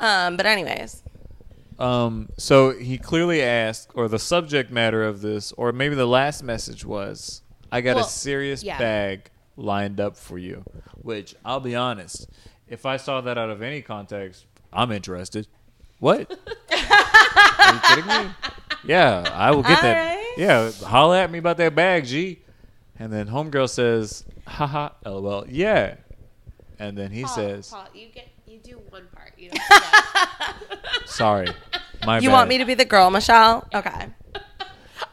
[SPEAKER 1] Um, but anyways,
[SPEAKER 2] Um, so he clearly asked, or the subject matter of this, or maybe the last message was, I got
[SPEAKER 3] Well,
[SPEAKER 2] a serious
[SPEAKER 3] yeah.
[SPEAKER 2] bag lined up for you. Which, I'll be honest, if I saw that out of any context, I'm interested. What? Are you kidding me? Yeah, I will get
[SPEAKER 1] All
[SPEAKER 2] that.
[SPEAKER 1] right.
[SPEAKER 2] Yeah, holla at me about that bag, G. And then Homegirl says, haha, lol, yeah. And then he
[SPEAKER 3] Paul,
[SPEAKER 2] says,
[SPEAKER 3] Paul, you get you do one part. You don't forget.
[SPEAKER 2] sorry, my
[SPEAKER 1] you
[SPEAKER 2] bad.
[SPEAKER 1] want me to be the girl, Michelle? Okay.
[SPEAKER 3] I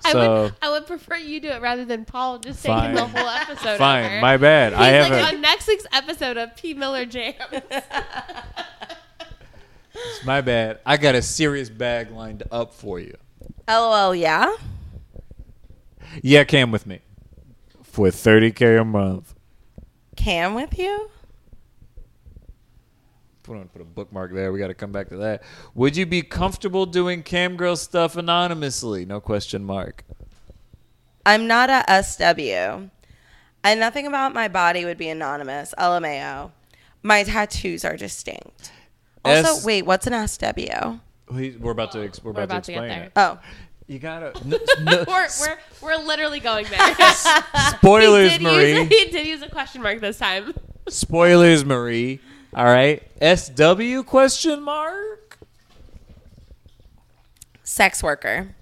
[SPEAKER 3] would
[SPEAKER 2] So-
[SPEAKER 3] I would prefer you do it rather than Paul just
[SPEAKER 2] Fine.
[SPEAKER 3] taking the whole episode.
[SPEAKER 2] Fine,
[SPEAKER 3] over.
[SPEAKER 2] my bad. I
[SPEAKER 3] He's
[SPEAKER 2] have
[SPEAKER 3] like
[SPEAKER 2] a-
[SPEAKER 3] on next week's episode of P Miller Jam.
[SPEAKER 2] My bad. I got a serious bag lined up for you.
[SPEAKER 1] LOL, yeah.
[SPEAKER 2] Yeah, cam with me. For 30K a month.
[SPEAKER 1] Cam with you?
[SPEAKER 2] Put on put a bookmark there. We got to come back to that. Would you be comfortable doing cam girl stuff anonymously? No question mark.
[SPEAKER 1] I'm not a SW. And nothing about my body would be anonymous. LMAO. My tattoos are distinct. Also,
[SPEAKER 2] S-
[SPEAKER 1] wait, what's an SW?
[SPEAKER 2] We- We're about to ex- we're, about,
[SPEAKER 3] We're about
[SPEAKER 2] to
[SPEAKER 3] to get
[SPEAKER 2] explain
[SPEAKER 3] there.
[SPEAKER 2] it.
[SPEAKER 1] Oh,
[SPEAKER 2] You gotta no, no,
[SPEAKER 3] we're, we're we're literally going there.
[SPEAKER 2] spoilers,
[SPEAKER 3] he did
[SPEAKER 2] Marie.
[SPEAKER 3] Use, he did use a question mark this time.
[SPEAKER 2] spoilers, Marie. All right. SW question mark.
[SPEAKER 1] sex worker.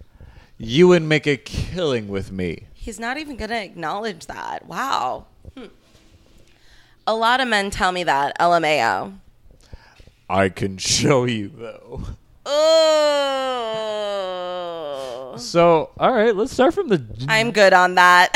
[SPEAKER 2] You would make a killing with me.
[SPEAKER 1] He's not even going to acknowledge that. Wow. Hmm. A lot of men tell me that. LMAO.
[SPEAKER 2] I can show you though.
[SPEAKER 1] Oh.
[SPEAKER 2] So, all right, let's start from the
[SPEAKER 1] I'm good on that.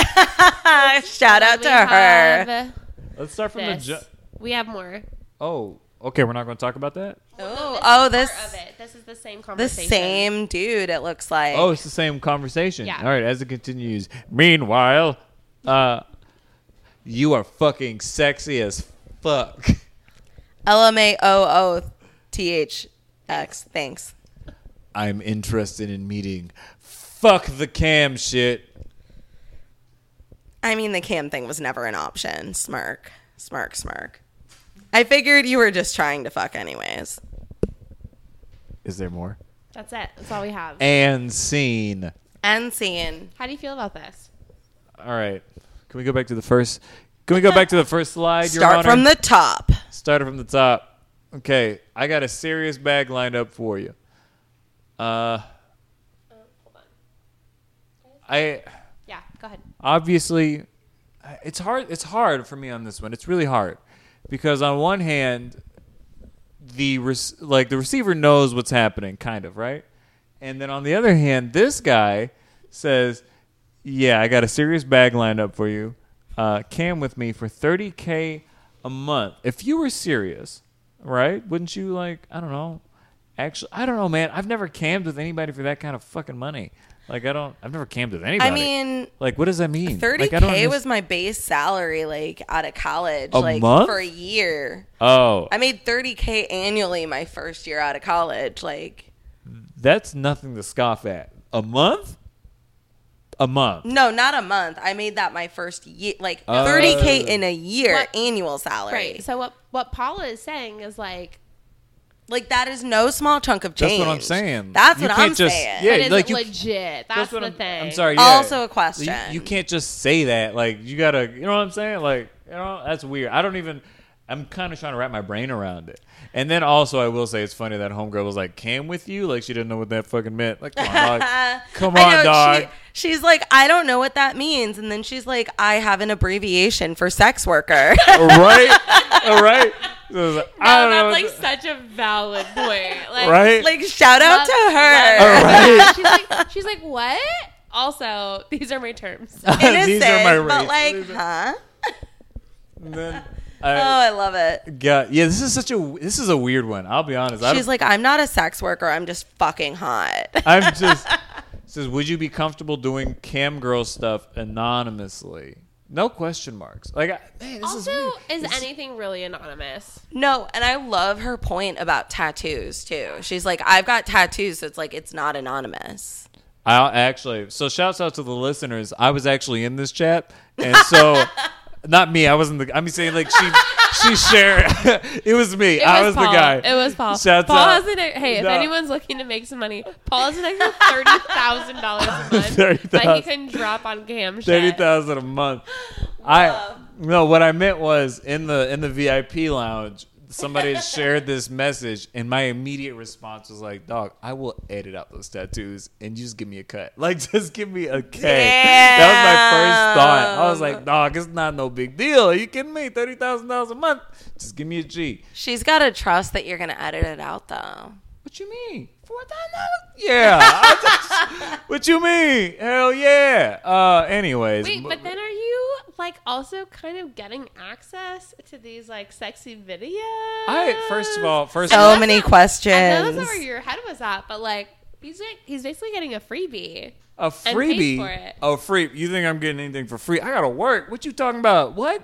[SPEAKER 1] Shout out
[SPEAKER 3] We
[SPEAKER 1] to her.
[SPEAKER 3] have
[SPEAKER 2] Let's start from
[SPEAKER 3] this.
[SPEAKER 2] the. Ju-
[SPEAKER 3] we have more.
[SPEAKER 2] oh, okay. We're not going to talk about that.
[SPEAKER 1] Oh, oh,
[SPEAKER 3] This
[SPEAKER 1] this
[SPEAKER 3] is part of it. This is the same
[SPEAKER 1] the
[SPEAKER 3] conversation.
[SPEAKER 1] same dude. It looks like.
[SPEAKER 2] Oh, it's the same conversation.
[SPEAKER 3] Yeah.
[SPEAKER 2] All right. As it continues. Meanwhile, uh, you are fucking sexy as fuck.
[SPEAKER 1] LMAOOTHX. Thanks.
[SPEAKER 2] I'm interested in meeting. Fuck the cam shit.
[SPEAKER 1] I mean, the cam thing was never an option. Smirk, smirk, smirk. I figured you were just trying to fuck, anyways.
[SPEAKER 2] Is there more?
[SPEAKER 3] That's it. That's all we have.
[SPEAKER 2] And scene.
[SPEAKER 1] And seeing.
[SPEAKER 3] How do you feel about this?
[SPEAKER 2] All right. Can we go back to the first? Can we go back to the first slide? Your
[SPEAKER 1] Start
[SPEAKER 2] Honor?
[SPEAKER 1] from the top.
[SPEAKER 2] Started from the top. Okay, I got a serious bag lined up for you. Uh, I
[SPEAKER 3] Yeah, go ahead.
[SPEAKER 2] obviously I- it's hard. It's hard for me on this one. It's really hard because on one hand, the rec- like the receiver knows what's happening, kind of right, and then on the other hand, this guy says, "Yeah, I got a serious bag lined up for you. Uh, cam with me for thirty k a month. If you were serious, right? Wouldn't you like? I don't know. Actually, I don't know, man. I've never cammed with anybody for that kind of fucking money. Like I don't. I've never camped with anybody.
[SPEAKER 1] I mean,
[SPEAKER 2] like what does that mean?
[SPEAKER 1] thirty
[SPEAKER 2] Like, I don't
[SPEAKER 1] k
[SPEAKER 2] under-
[SPEAKER 1] was my base salary, like out of college,
[SPEAKER 2] A
[SPEAKER 1] like
[SPEAKER 2] month?
[SPEAKER 1] for a year.
[SPEAKER 2] Oh,
[SPEAKER 1] I made thirty k annually my first year out of college. Like,
[SPEAKER 2] that's nothing to scoff at. A month. A month.
[SPEAKER 1] no, not a month. I made that my first year, like
[SPEAKER 2] Oh.
[SPEAKER 1] thirty k in a year
[SPEAKER 3] What?
[SPEAKER 1] annual salary.
[SPEAKER 3] Right. So what what Paula is saying is like
[SPEAKER 1] Like that is no small chunk of
[SPEAKER 2] That's
[SPEAKER 1] change.
[SPEAKER 2] what I'm saying.
[SPEAKER 1] That's
[SPEAKER 2] You
[SPEAKER 1] what
[SPEAKER 2] can't
[SPEAKER 1] I'm
[SPEAKER 2] just-
[SPEAKER 1] saying.
[SPEAKER 2] Yeah,
[SPEAKER 3] that is
[SPEAKER 2] like you-
[SPEAKER 3] legit. That's,
[SPEAKER 2] what
[SPEAKER 3] the
[SPEAKER 2] I'm,
[SPEAKER 3] thing.
[SPEAKER 2] I'm sorry. yeah.
[SPEAKER 1] Also a
[SPEAKER 2] You-
[SPEAKER 1] question.
[SPEAKER 2] You, can't just say that. Like you gotta. You know what I'm saying? Like you know that's weird. I don't even. I'm kind of trying to wrap my brain around it. And then also, I will say it's funny that homegirl was like, "Cam with you," like she didn't know what that fucking meant. Like, come on, dog. come
[SPEAKER 1] I
[SPEAKER 2] on,
[SPEAKER 1] know,
[SPEAKER 2] dog.
[SPEAKER 1] she- she's like, I don't know what that means, and then she's like, I have an abbreviation for sex worker.
[SPEAKER 2] All right, all right. So I was like, I don't
[SPEAKER 3] No,
[SPEAKER 2] know.
[SPEAKER 3] Oh, that's like
[SPEAKER 2] what
[SPEAKER 3] such a valid point. Like,
[SPEAKER 2] the- right,
[SPEAKER 1] like shout out
[SPEAKER 3] love-
[SPEAKER 1] to
[SPEAKER 3] love-
[SPEAKER 1] her.
[SPEAKER 2] All right.
[SPEAKER 3] she's like, she's like, what? Also, these are my terms.
[SPEAKER 1] Innocent,
[SPEAKER 2] rates.
[SPEAKER 1] but like,
[SPEAKER 2] These are-
[SPEAKER 1] huh?
[SPEAKER 2] and then
[SPEAKER 1] Oh,
[SPEAKER 2] I
[SPEAKER 1] I love it.
[SPEAKER 2] got yeah. This is such a this is a weird one. I'll be honest. I don't-
[SPEAKER 1] She's like, I'm not a sex worker. I'm just fucking hot.
[SPEAKER 2] I'm just says, would you be comfortable doing cam girl stuff anonymously? No question marks. Like, I, man, this
[SPEAKER 3] also,
[SPEAKER 2] is weird.
[SPEAKER 3] is
[SPEAKER 2] This-
[SPEAKER 3] anything really anonymous?
[SPEAKER 1] no, and I love her point about tattoos too. She's like, I've got tattoos, so it's like it's not anonymous.
[SPEAKER 2] I actually. So, shouts out to the listeners. I was actually in this chat, and so not me. I wasn't. The, I'm saying like she she shared. it was me.
[SPEAKER 3] It
[SPEAKER 2] I
[SPEAKER 3] was
[SPEAKER 2] was
[SPEAKER 3] Paul.
[SPEAKER 2] the guy.
[SPEAKER 3] It was Paul.
[SPEAKER 2] Shouts
[SPEAKER 3] Paul
[SPEAKER 2] out.
[SPEAKER 3] has an ex- hey, if
[SPEAKER 2] No.
[SPEAKER 3] anyone's looking to make some money, Paul has an extra thirty thousand dollars a month that he
[SPEAKER 2] $30,000.
[SPEAKER 3] can drop on cam shit.
[SPEAKER 2] thirty thousand a month. I no, what I meant was in the in the VIP lounge, somebody had shared this message, and my immediate response was like, "Dog, I will edit out those tattoos, and you just give me a cut. Like, just give me a K." That was my first thought. I was like, "Dog, it's not no big deal. Are you kidding me? Thirty thousand dollars a month? Just give me a G."
[SPEAKER 1] She's got to trust that you're gonna edit it out though.
[SPEAKER 2] What you mean? Four thousand dollars? Yeah. I just- what you mean? Hell yeah. Uh, anyways,
[SPEAKER 3] Wait, but then are you like also kind of getting access to these like sexy videos?
[SPEAKER 2] I first of all, first of all,
[SPEAKER 1] So many questions.
[SPEAKER 3] I know that's not where your head was at, but like he's like he's basically getting a freebie.
[SPEAKER 2] A
[SPEAKER 3] paid
[SPEAKER 2] freebie.
[SPEAKER 3] for it.
[SPEAKER 2] Oh, free. You think I'm getting anything for free? I gotta work. What you talking about? What?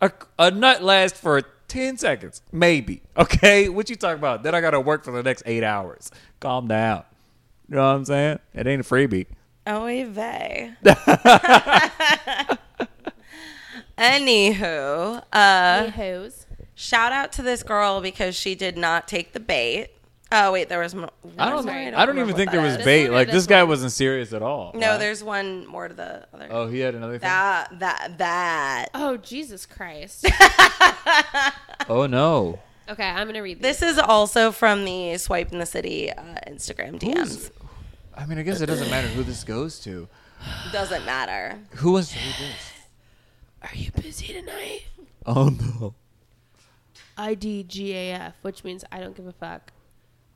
[SPEAKER 2] A, a nut lasts for ten seconds, maybe. Okay. What you talking about? Then I gotta work for the next eight hours. Calm down. You know what I'm saying? It ain't a freebie.
[SPEAKER 1] Oy Oh, vey. Anywho, uh,
[SPEAKER 3] Anywho's.
[SPEAKER 1] shout out to this girl because she did not take the bait. Oh wait, there was. Mo-
[SPEAKER 2] I don't.
[SPEAKER 1] sorry,
[SPEAKER 2] I don't,
[SPEAKER 1] remember
[SPEAKER 2] even
[SPEAKER 1] what
[SPEAKER 2] think
[SPEAKER 1] that
[SPEAKER 2] there was
[SPEAKER 1] is.
[SPEAKER 2] bait.
[SPEAKER 3] one or
[SPEAKER 2] Like
[SPEAKER 3] this
[SPEAKER 2] this guy
[SPEAKER 3] one?
[SPEAKER 2] wasn't serious at all.
[SPEAKER 1] No,
[SPEAKER 2] right?
[SPEAKER 1] there's one more to the other.
[SPEAKER 2] Oh, he had another thing.
[SPEAKER 1] That that that.
[SPEAKER 3] Oh Jesus Christ.
[SPEAKER 2] Oh no.
[SPEAKER 3] okay, I'm gonna read this.
[SPEAKER 1] This is also from the swipe in the city uh, Instagram DMs.
[SPEAKER 2] Who's- I mean, I guess it doesn't matter who this goes to.
[SPEAKER 1] Doesn't matter.
[SPEAKER 2] Who wants to read this?
[SPEAKER 3] Are you busy tonight?
[SPEAKER 2] Oh no.
[SPEAKER 3] IDGAF, which means I don't give a fuck.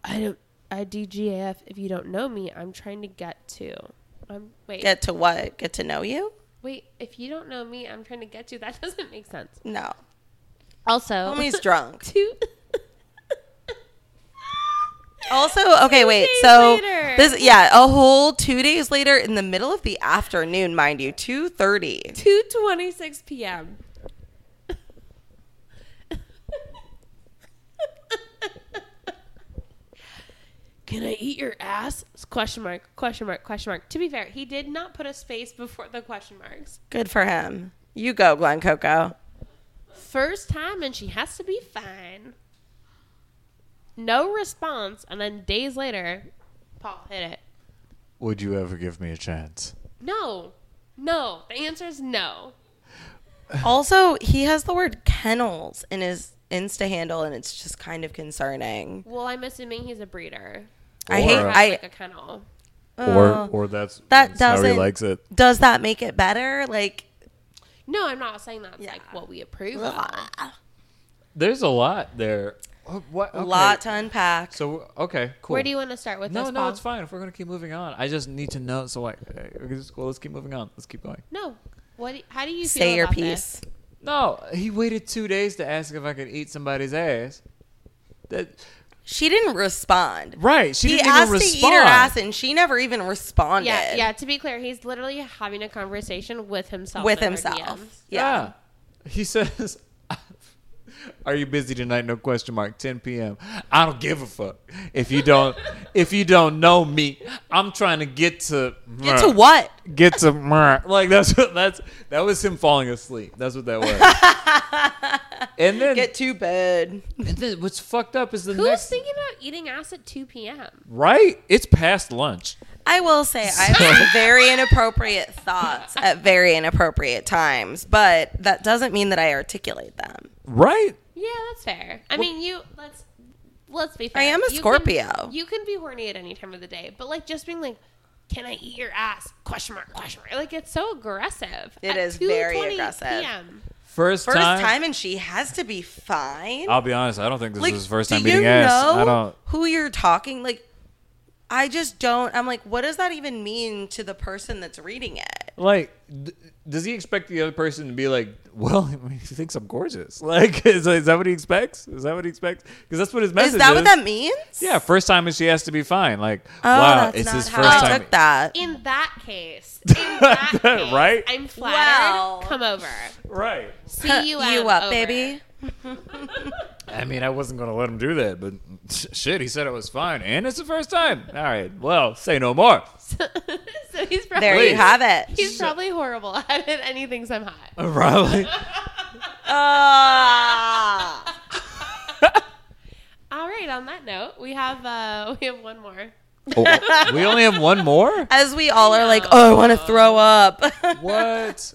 [SPEAKER 3] I don't IDGAF. If you don't know me, I'm trying to get to. I'm wait,
[SPEAKER 1] Get to what? Get to know you?
[SPEAKER 3] wait. If you don't know me, I'm trying to get to. That doesn't make sense.
[SPEAKER 1] No.
[SPEAKER 3] Also,
[SPEAKER 1] Homie's drunk.
[SPEAKER 3] two.
[SPEAKER 1] Also, okay, wait.
[SPEAKER 3] days
[SPEAKER 1] So
[SPEAKER 3] later.
[SPEAKER 1] this, yeah, a whole two days later in the middle of the afternoon, mind you, two thirty.
[SPEAKER 3] 2:26 p.m. Can I eat your ass? Question mark. Question mark. Question mark. To be fair, he did not put a space before the question marks.
[SPEAKER 1] Good for him. You go, Glen Coco.
[SPEAKER 3] First time, and she has to be fine. No response, and then days later, Paul hit it.
[SPEAKER 2] Would you ever give me a chance?
[SPEAKER 3] No, no. The answer is no.
[SPEAKER 1] Also, he has the word kennels in his Insta handle, and it's just kind of concerning.
[SPEAKER 3] Well, I'm assuming he's a breeder.
[SPEAKER 1] I
[SPEAKER 2] Or-
[SPEAKER 1] hate.
[SPEAKER 3] Or has,
[SPEAKER 1] I
[SPEAKER 3] like a kennel.
[SPEAKER 1] uh,
[SPEAKER 2] or or that's
[SPEAKER 1] that
[SPEAKER 2] that's how he
[SPEAKER 1] doesn't-
[SPEAKER 2] likes it.
[SPEAKER 1] does that make it better? Like,
[SPEAKER 3] No, I'm not saying that's
[SPEAKER 1] Yeah.
[SPEAKER 3] like what we approve of.
[SPEAKER 1] a
[SPEAKER 2] There's a lot there. What? what okay.
[SPEAKER 1] lot to unpack.
[SPEAKER 2] So okay, cool.
[SPEAKER 3] Where do you want to start with
[SPEAKER 2] No,
[SPEAKER 3] this?
[SPEAKER 2] no,
[SPEAKER 3] Paul?
[SPEAKER 2] it's fine. If we're gonna keep moving on, I just need to know. So like, okay, it's cool. Let's keep moving on. Let's keep going.
[SPEAKER 3] No. What? do- How do you feel
[SPEAKER 1] Say your
[SPEAKER 3] about
[SPEAKER 1] piece.
[SPEAKER 2] No, he waited two days to ask if I could eat somebody's ass. That
[SPEAKER 1] she didn't respond.
[SPEAKER 2] Right. She
[SPEAKER 1] He
[SPEAKER 2] didn't
[SPEAKER 1] asked
[SPEAKER 2] even respond.
[SPEAKER 1] to eat her ass, and she never even responded.
[SPEAKER 3] Yeah, yeah. To be clear, he's literally having a conversation with himself.
[SPEAKER 1] With
[SPEAKER 3] in our
[SPEAKER 1] himself.
[SPEAKER 3] DMs.
[SPEAKER 1] Yeah.
[SPEAKER 2] He says, "Are you busy tonight?" No question mark. 10 p.m. I don't give a fuck if you don't if you don't know me. I'm trying to get to
[SPEAKER 1] Get to what?
[SPEAKER 2] Get to like that's what that's that was him falling asleep. That's what that was. and then
[SPEAKER 1] Get to bed.
[SPEAKER 2] and then what's fucked up is the
[SPEAKER 3] Who's
[SPEAKER 2] next
[SPEAKER 3] thinking about eating ass at 2 p.m.?
[SPEAKER 2] right. It's past lunch.
[SPEAKER 1] I will say I have some very inappropriate thoughts at very inappropriate times, but that doesn't mean that I articulate them.
[SPEAKER 2] Right.
[SPEAKER 3] Yeah, that's fair. I mean, you let's let's be fair.
[SPEAKER 1] I am a
[SPEAKER 3] You can-
[SPEAKER 1] Scorpio.
[SPEAKER 3] you can be horny at any time of the day, but like just being like, "Can I eat your ass?" Question mark. Question mark. Like it's so aggressive.
[SPEAKER 1] It
[SPEAKER 3] It
[SPEAKER 1] is
[SPEAKER 3] is
[SPEAKER 1] very aggressive.
[SPEAKER 3] PM.
[SPEAKER 2] First,
[SPEAKER 1] First
[SPEAKER 2] time.
[SPEAKER 1] time, and she has to be fine.
[SPEAKER 2] I'll be honest. I don't think this
[SPEAKER 1] like,
[SPEAKER 2] was his first
[SPEAKER 1] do
[SPEAKER 2] time eating
[SPEAKER 1] you
[SPEAKER 2] ass.
[SPEAKER 1] know
[SPEAKER 2] I don't.
[SPEAKER 1] who you're talking? Like, I just don't. I'm like, what does that even mean to the person that's reading it?
[SPEAKER 2] Like, d- does he expect the other person to be like, well, I mean, he thinks I'm gorgeous? Like, is, is that what he expects? Is that what he expects? Because that's what his
[SPEAKER 1] Is
[SPEAKER 2] message is.
[SPEAKER 1] that what that means?
[SPEAKER 2] Yeah, first time is she has to be fine. Like,
[SPEAKER 1] Oh,
[SPEAKER 2] wow,
[SPEAKER 1] that's
[SPEAKER 2] it's
[SPEAKER 1] not
[SPEAKER 2] his
[SPEAKER 1] how
[SPEAKER 2] first
[SPEAKER 1] I
[SPEAKER 2] time.
[SPEAKER 1] took that.
[SPEAKER 3] In that case, in that case
[SPEAKER 2] Right?
[SPEAKER 3] I'm flattered.
[SPEAKER 1] Wow.
[SPEAKER 3] Come over.
[SPEAKER 2] Right.
[SPEAKER 3] See you,
[SPEAKER 1] you
[SPEAKER 3] um,
[SPEAKER 1] up,
[SPEAKER 3] over.
[SPEAKER 1] baby.
[SPEAKER 2] I mean, I wasn't going to let him do that, but shit, he said it was fine. And it's the first time. All right. Well, say no more.
[SPEAKER 3] so he's probably
[SPEAKER 1] There
[SPEAKER 2] Please.
[SPEAKER 1] you have it.
[SPEAKER 3] he's probably horrible at it and he thinks I'm hot.
[SPEAKER 2] Probably.
[SPEAKER 1] Ah.
[SPEAKER 3] All right. On that note, we have uh we have one more.
[SPEAKER 2] Oh, we only have one more?
[SPEAKER 1] As we all are like, oh, I want to throw up.
[SPEAKER 2] What?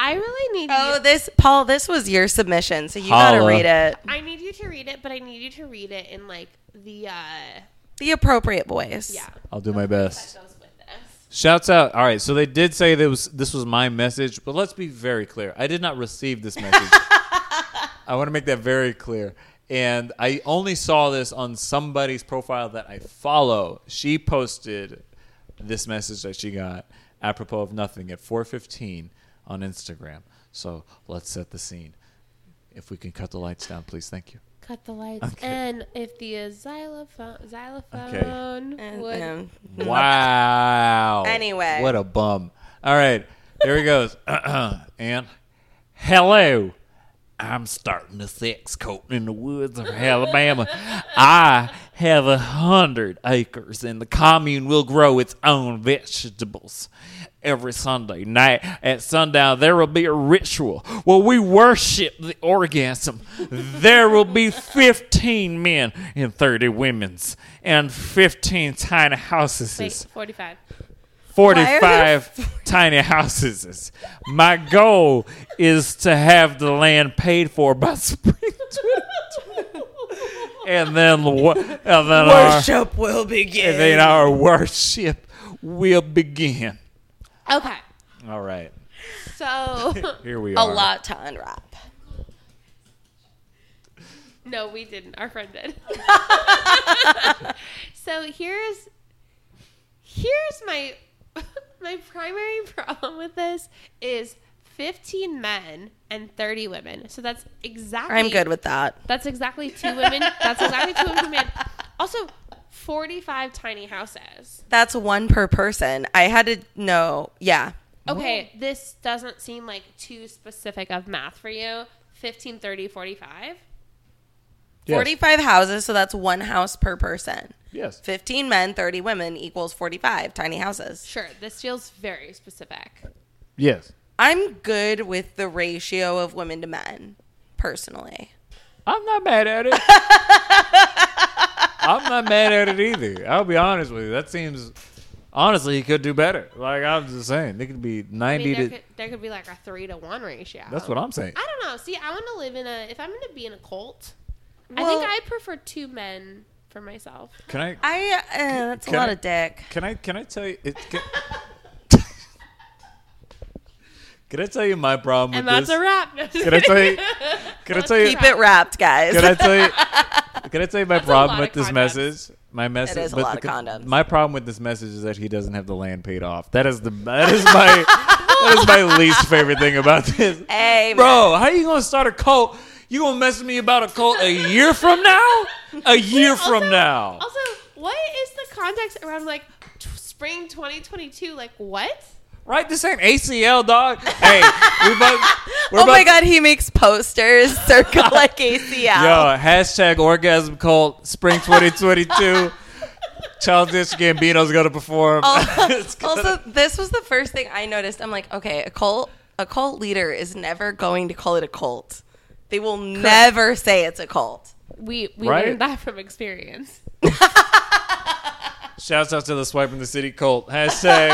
[SPEAKER 3] I really need
[SPEAKER 1] Oh,
[SPEAKER 3] you.
[SPEAKER 1] this Paul, this was your submission, so you gotta
[SPEAKER 2] Holla.
[SPEAKER 1] read it.
[SPEAKER 3] I need you to read it, but I need you to read it in like the uh
[SPEAKER 1] The appropriate voice.
[SPEAKER 3] yeah
[SPEAKER 2] I'll do my best.
[SPEAKER 3] that goes with this.
[SPEAKER 2] Shouts out. All right, so they did say that was this was my message, but let's be very clear. I did not receive this message. I want to make that very clear. And I only saw this on somebody's profile that I follow. She posted this message that she got apropos of nothing at 4:15 on Instagram. So, let's set the scene. If we can cut the lights down, please. Thank you.
[SPEAKER 3] Cut the lights.
[SPEAKER 2] Okay.
[SPEAKER 3] And if the xylophone xylophone
[SPEAKER 2] xylophone
[SPEAKER 1] And,
[SPEAKER 3] would
[SPEAKER 1] um,
[SPEAKER 2] Wow.
[SPEAKER 1] Anyway.
[SPEAKER 2] What a bum. All right. Here he goes. and hello. I'm starting a sex cult in the woods of Alabama. I have a hundred acres, and the commune will grow its own vegetables. Every Sunday night at sundown, there will be a ritual where we worship the orgasm. There will be 15 men and 30 women's, and 15 tiny houses.
[SPEAKER 3] wait, forty five.
[SPEAKER 2] 45 tiny houses. My goal is to have the land paid for by spring 2020. And then, the wo- and then our,
[SPEAKER 1] Worship will
[SPEAKER 2] and then
[SPEAKER 1] begin.
[SPEAKER 2] our worship will begin.
[SPEAKER 3] Okay.
[SPEAKER 2] All right.
[SPEAKER 3] So
[SPEAKER 2] Here we
[SPEAKER 1] A
[SPEAKER 2] are.
[SPEAKER 1] lot to unwrap.
[SPEAKER 3] No, we didn't. Our friend did. so here's here's my my primary problem with this is 15 men and 30 women. So that's exactly
[SPEAKER 1] I'm good with that.
[SPEAKER 3] That's exactly two women. That's exactly two women. to a man. Also 45 tiny houses.
[SPEAKER 1] That's one per person. I had to know. Yeah.
[SPEAKER 3] Okay, this doesn't seem like too specific of math for you. 15, 30, 45.
[SPEAKER 2] Yes.
[SPEAKER 1] 45 houses, so that's one house per person.
[SPEAKER 2] Yes.
[SPEAKER 1] 15 men, 30 women equals 45 tiny houses.
[SPEAKER 3] Sure, this feels very specific.
[SPEAKER 2] Yes.
[SPEAKER 1] I'm good with the ratio of women to men, personally.
[SPEAKER 2] I'm not mad at it. I'm not mad at it either. I'll be honest with you. That seems, honestly, he could do better. Like, I'm just saying, it could be
[SPEAKER 3] I
[SPEAKER 2] 90
[SPEAKER 3] mean, there
[SPEAKER 2] to.
[SPEAKER 3] could, there could be like a three to one ratio.
[SPEAKER 2] that's what I'm saying.
[SPEAKER 3] I don't know. See, I want to live in a. If I'm going to be in a cult, I
[SPEAKER 1] Well-
[SPEAKER 3] think I prefer two men for myself.
[SPEAKER 2] Can I
[SPEAKER 1] I, uh, that's a
[SPEAKER 2] Can
[SPEAKER 1] lot
[SPEAKER 2] I-
[SPEAKER 1] of dick.
[SPEAKER 2] Can I can I tell you? It, can, can I tell you my problem
[SPEAKER 3] And
[SPEAKER 2] with
[SPEAKER 3] that's
[SPEAKER 2] this?
[SPEAKER 3] a wrap.
[SPEAKER 2] Can I tell you? Can I tell you?
[SPEAKER 1] Keep it wrapped, guys.
[SPEAKER 2] Can I tell you? Can I tell you my problem
[SPEAKER 3] lot
[SPEAKER 2] with
[SPEAKER 3] of
[SPEAKER 2] this
[SPEAKER 3] condoms.
[SPEAKER 2] message? My message.
[SPEAKER 1] is a
[SPEAKER 2] but
[SPEAKER 1] lot
[SPEAKER 2] the-
[SPEAKER 1] of condoms.
[SPEAKER 2] My problem with this message is that he doesn't have the land paid off. That is the that is my that is my least favorite thing about this.
[SPEAKER 1] Amen.
[SPEAKER 2] Bro, how you gonna start a cult? You gonna mess with me about a cult a year from now? A year
[SPEAKER 3] Also-
[SPEAKER 2] from now.
[SPEAKER 3] Also, what is the context around like t- spring 2022? Like what?
[SPEAKER 2] Right? This ain't ACL, dog. Hey, we about, we're
[SPEAKER 1] oh
[SPEAKER 2] about
[SPEAKER 1] my god, he makes posters circle like ACL.
[SPEAKER 2] Yo, hashtag orgasm cult spring 2022. Childish Gambino's gonna perform. It's
[SPEAKER 1] also,
[SPEAKER 2] gonna-
[SPEAKER 1] Oh, also, this was the first thing I noticed. I'm like, okay, a cult, a cult leader is never going to call it a cult. They will never say it's a cult.
[SPEAKER 3] We we
[SPEAKER 2] Right?
[SPEAKER 3] learned that from experience.
[SPEAKER 2] shouts out to the swiping the city cult. Hashtag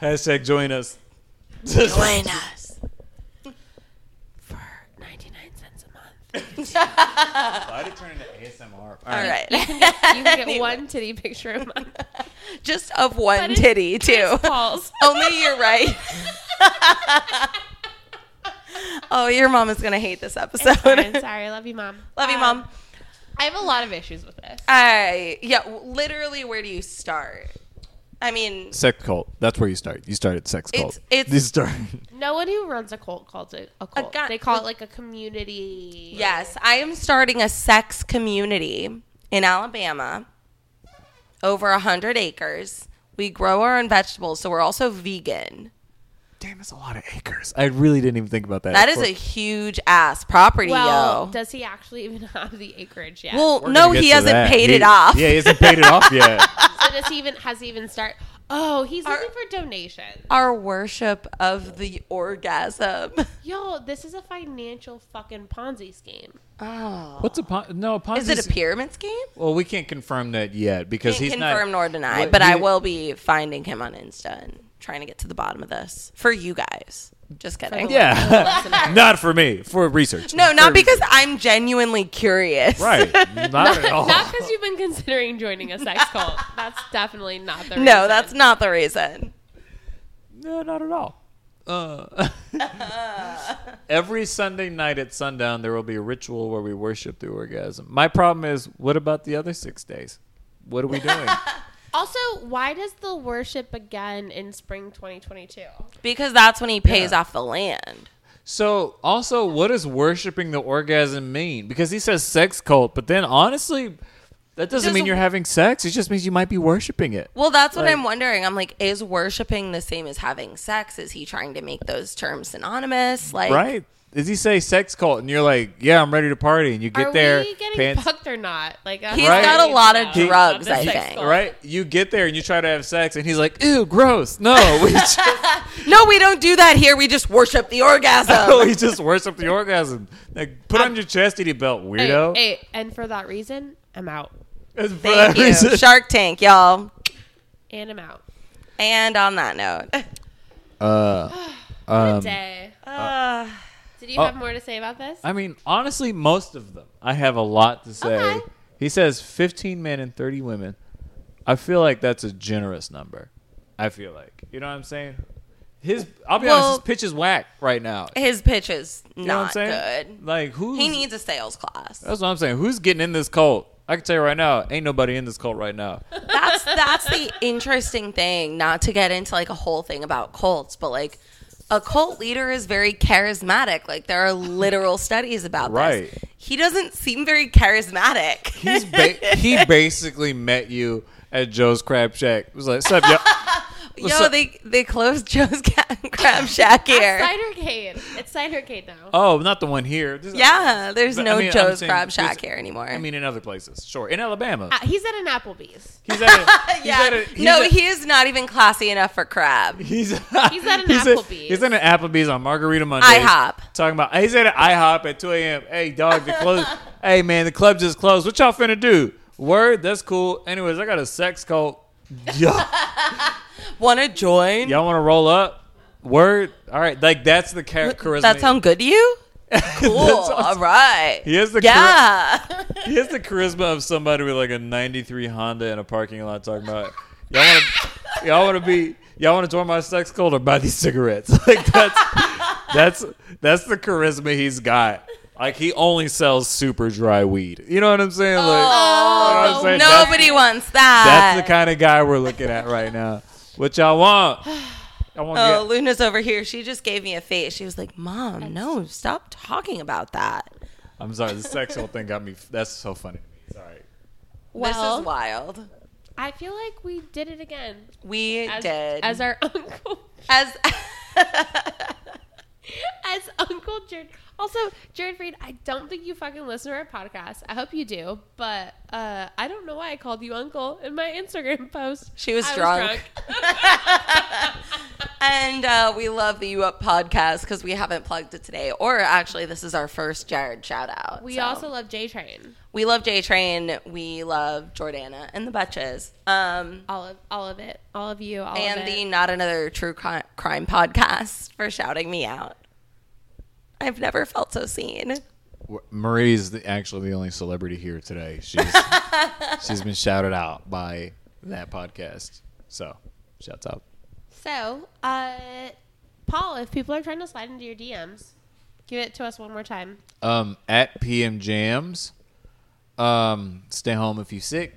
[SPEAKER 2] hashtag join us.
[SPEAKER 1] Join us.
[SPEAKER 3] For 99 cents a month,
[SPEAKER 2] Why did it turn into ASMR? All
[SPEAKER 1] All
[SPEAKER 2] right.
[SPEAKER 1] right,
[SPEAKER 3] you can get one titty picture a month.
[SPEAKER 1] just of one
[SPEAKER 3] But it's-
[SPEAKER 1] titty too.
[SPEAKER 3] It's Paul's.
[SPEAKER 1] Only you're right. oh, your mom is gonna hate this episode.
[SPEAKER 3] Sorry, sorry, love you, mom. Uh,
[SPEAKER 1] Love you,
[SPEAKER 3] Um,
[SPEAKER 1] mom.
[SPEAKER 3] I have a lot of issues with this.
[SPEAKER 1] I yeah, w- literally, where do you start? I mean,
[SPEAKER 2] Sex cult. That's where you start. You start at sex
[SPEAKER 1] It's-
[SPEAKER 2] cult.
[SPEAKER 1] it's-
[SPEAKER 2] you start.
[SPEAKER 3] No one who runs a cult calls it a cult.
[SPEAKER 1] guy-
[SPEAKER 3] they call it like a community.
[SPEAKER 1] Yes, I am starting a sex community in Alabama. Over a hundred acres. We grow our own vegetables, so we're also vegan.
[SPEAKER 2] Damn, that's a lot of acres. I really didn't even think about that.
[SPEAKER 1] That is a huge ass property,
[SPEAKER 3] Well,
[SPEAKER 1] yo.
[SPEAKER 3] does he actually even have the acreage yet?
[SPEAKER 1] well,
[SPEAKER 2] We're
[SPEAKER 1] no,
[SPEAKER 2] gonna get
[SPEAKER 1] he
[SPEAKER 2] to
[SPEAKER 1] hasn't
[SPEAKER 2] that.
[SPEAKER 1] paid
[SPEAKER 2] He-
[SPEAKER 1] it off.
[SPEAKER 2] Yeah, he hasn't paid it off yet.
[SPEAKER 3] so does he even has he even start? Oh, he's looking for donations.
[SPEAKER 1] Our worship of the orgasm.
[SPEAKER 3] Yo, this is a financial fucking Ponzi scheme.
[SPEAKER 1] Oh.
[SPEAKER 2] What's a pon- no? Ponzi
[SPEAKER 1] Is it a pyramid scheme?
[SPEAKER 2] Well, we can't confirm that yet because
[SPEAKER 1] Can't
[SPEAKER 2] he's
[SPEAKER 1] confirm
[SPEAKER 2] not.
[SPEAKER 1] nor deny,
[SPEAKER 2] What
[SPEAKER 1] but I
[SPEAKER 2] he-
[SPEAKER 1] will be finding him on Insta and trying to get to the bottom of this for you guys. Just kidding.
[SPEAKER 2] Yeah, not for me. For research.
[SPEAKER 1] No,
[SPEAKER 2] For
[SPEAKER 1] not because
[SPEAKER 2] research.
[SPEAKER 1] I'm genuinely curious.
[SPEAKER 2] Right. Not, at all.
[SPEAKER 3] Not because you've been considering joining a sex cult. That's definitely not the. Reason.
[SPEAKER 1] No, that's not the reason.
[SPEAKER 2] No, not at all. Uh, every Sunday night at sundown, there will be a ritual where we worship the orgasm. My problem is, what about the other six days? What are we doing?
[SPEAKER 3] Also, why does the worship begin in spring 2022?
[SPEAKER 1] Because that's when he pays
[SPEAKER 2] Yeah.
[SPEAKER 1] off the land.
[SPEAKER 2] so, also, what does worshiping the orgasm mean? Because he says sex cult, but then honestly, that doesn't
[SPEAKER 1] There's
[SPEAKER 2] mean
[SPEAKER 1] a-
[SPEAKER 2] you're having sex. It just means you might be worshiping it.
[SPEAKER 1] Well, that's what
[SPEAKER 2] Like-
[SPEAKER 1] I'm wondering. I'm like, is worshiping the same as having sex? Is he trying to make those terms synonymous? Like,
[SPEAKER 2] Right? Does he say sex cult and you're like, yeah, I'm ready to party, and you get
[SPEAKER 3] Are
[SPEAKER 2] there,
[SPEAKER 3] we getting
[SPEAKER 2] pants,
[SPEAKER 3] fucked or not? Like, he's
[SPEAKER 1] He's
[SPEAKER 2] Right.
[SPEAKER 1] got a lot of
[SPEAKER 2] He-
[SPEAKER 1] drugs, I
[SPEAKER 3] Of the sex
[SPEAKER 1] think.
[SPEAKER 3] cult.
[SPEAKER 2] right? You get there and you try to have sex, and he's like, ew, gross. No, we just,
[SPEAKER 1] No, we don't do that here. We just worship the orgasm.
[SPEAKER 2] we just worship the orgasm. Like, put on your chastity belt,
[SPEAKER 3] Hey,
[SPEAKER 2] weirdo.
[SPEAKER 3] hey, and for that reason, I'm out.
[SPEAKER 2] It's for
[SPEAKER 1] Thank
[SPEAKER 2] that
[SPEAKER 1] you.
[SPEAKER 2] reason.
[SPEAKER 1] Shark Tank, y'all.
[SPEAKER 3] And I'm out.
[SPEAKER 1] And on that note,
[SPEAKER 2] Uh,
[SPEAKER 3] Good
[SPEAKER 2] um,
[SPEAKER 3] day.
[SPEAKER 1] uh,
[SPEAKER 3] Did you
[SPEAKER 2] oh.
[SPEAKER 3] have more to say about this?
[SPEAKER 2] I mean, honestly, most of them. I have a lot to say.
[SPEAKER 3] Okay.
[SPEAKER 2] He says 15 men and 30 women. I feel like that's a generous number. I feel like. You know what I'm saying? His, I'll be
[SPEAKER 1] Well-
[SPEAKER 2] honest, his pitch is whack right now.
[SPEAKER 1] his pitch is
[SPEAKER 2] You know what I'm
[SPEAKER 1] not
[SPEAKER 2] saying?
[SPEAKER 1] good.
[SPEAKER 2] Like who?
[SPEAKER 1] He needs a sales class.
[SPEAKER 2] That's what I'm saying. Who's getting in this cult? I can tell you right now, ain't nobody in this cult right now.
[SPEAKER 1] that's that's the interesting thing not to get into like a whole thing about cults but like a cult leader is very charismatic like there are literal studies about
[SPEAKER 2] Right.
[SPEAKER 1] this he doesn't seem very charismatic
[SPEAKER 2] He's ba- he basically met you at Joe's Crab Shack. It was like, "Sup, yo?"
[SPEAKER 1] yo
[SPEAKER 2] so-
[SPEAKER 1] they they closed joe's Ca- crab shack here
[SPEAKER 3] That's Cidercade. It's Cidercade now.
[SPEAKER 2] Oh, not the one here. This-
[SPEAKER 1] yeah there's
[SPEAKER 2] But, I
[SPEAKER 1] no
[SPEAKER 2] mean, I'm
[SPEAKER 1] joe's
[SPEAKER 2] saying
[SPEAKER 1] crab
[SPEAKER 2] this-
[SPEAKER 1] shack here anymore
[SPEAKER 2] I mean, in other places, sure. In Alabama,
[SPEAKER 3] Uh, he's at an Applebee's.
[SPEAKER 2] he's at a, he's
[SPEAKER 1] yeah
[SPEAKER 2] at a, he's
[SPEAKER 1] no
[SPEAKER 2] at-
[SPEAKER 1] he is not even classy enough for crab
[SPEAKER 2] He's, he's
[SPEAKER 3] at an Applebee's.
[SPEAKER 2] he's at an Applebee's on Margarita Monday.
[SPEAKER 1] IHOP.
[SPEAKER 2] Talking about he's at an IHOP at 2 a.m. Hey dog, the close. hey man, the club just closed. What y'all finna do? Word, that's cool. Anyways, I got a sex cult. Yeah.
[SPEAKER 1] want to join
[SPEAKER 2] Y'all want to roll up? Word. All right, like that's the char- charisma.
[SPEAKER 1] that sound good to you cool
[SPEAKER 2] sounds-
[SPEAKER 1] all right
[SPEAKER 2] He has the chari-
[SPEAKER 1] yeah
[SPEAKER 2] He has the charisma of somebody with like a '93 Honda in a parking lot talking about y'all want to y'all want to be y'all want to join my sex cult or buy these cigarettes. Like that's that's that's the charisma he's got. Like he only sells super dry weed. You know what I'm saying? Like, you know what I'm saying? That's-
[SPEAKER 1] Oh, Nobody wants that.
[SPEAKER 2] That's the kind of guy we're looking at right now. What y'all want? I want.
[SPEAKER 1] Oh,
[SPEAKER 2] to
[SPEAKER 1] Luna's over here. She just gave me a face. She was like, "Mom, no, stop talking about that."
[SPEAKER 2] I'm sorry, the sexual thing got me. That's so funny to me. Sorry.
[SPEAKER 1] this
[SPEAKER 3] Well-
[SPEAKER 1] is wild.
[SPEAKER 3] I feel like we did it again.
[SPEAKER 1] We
[SPEAKER 3] As,
[SPEAKER 1] did
[SPEAKER 3] As our uncle.
[SPEAKER 1] as
[SPEAKER 3] As Uncle Jared. Also, Jared Reed, I don't think you fucking listen to our podcast. I hope you do, but uh, I don't know why I called you Uncle in my Instagram post.
[SPEAKER 1] She was
[SPEAKER 3] I
[SPEAKER 1] drunk. and uh, we love the You Up podcast because we haven't plugged it today, or actually, this is our first Jared shout out.
[SPEAKER 3] we
[SPEAKER 1] so.
[SPEAKER 3] also love J Train.
[SPEAKER 1] we love J Train, we love Jordana and the Butches, um,
[SPEAKER 3] All of all of it. All of you. All
[SPEAKER 1] and
[SPEAKER 3] of
[SPEAKER 1] the
[SPEAKER 3] it.
[SPEAKER 1] Not Another True Cri- Crime podcast for shouting me out. I've never felt so seen.
[SPEAKER 2] W- Marie's the, actually the only celebrity here today. She's she's been shouted out by that podcast. So, shouts out.
[SPEAKER 3] So, uh, Paul, if people are trying to slide into your DMs, give it to us one more time.
[SPEAKER 2] Um, at PM Jams. Um, stay home if you sick.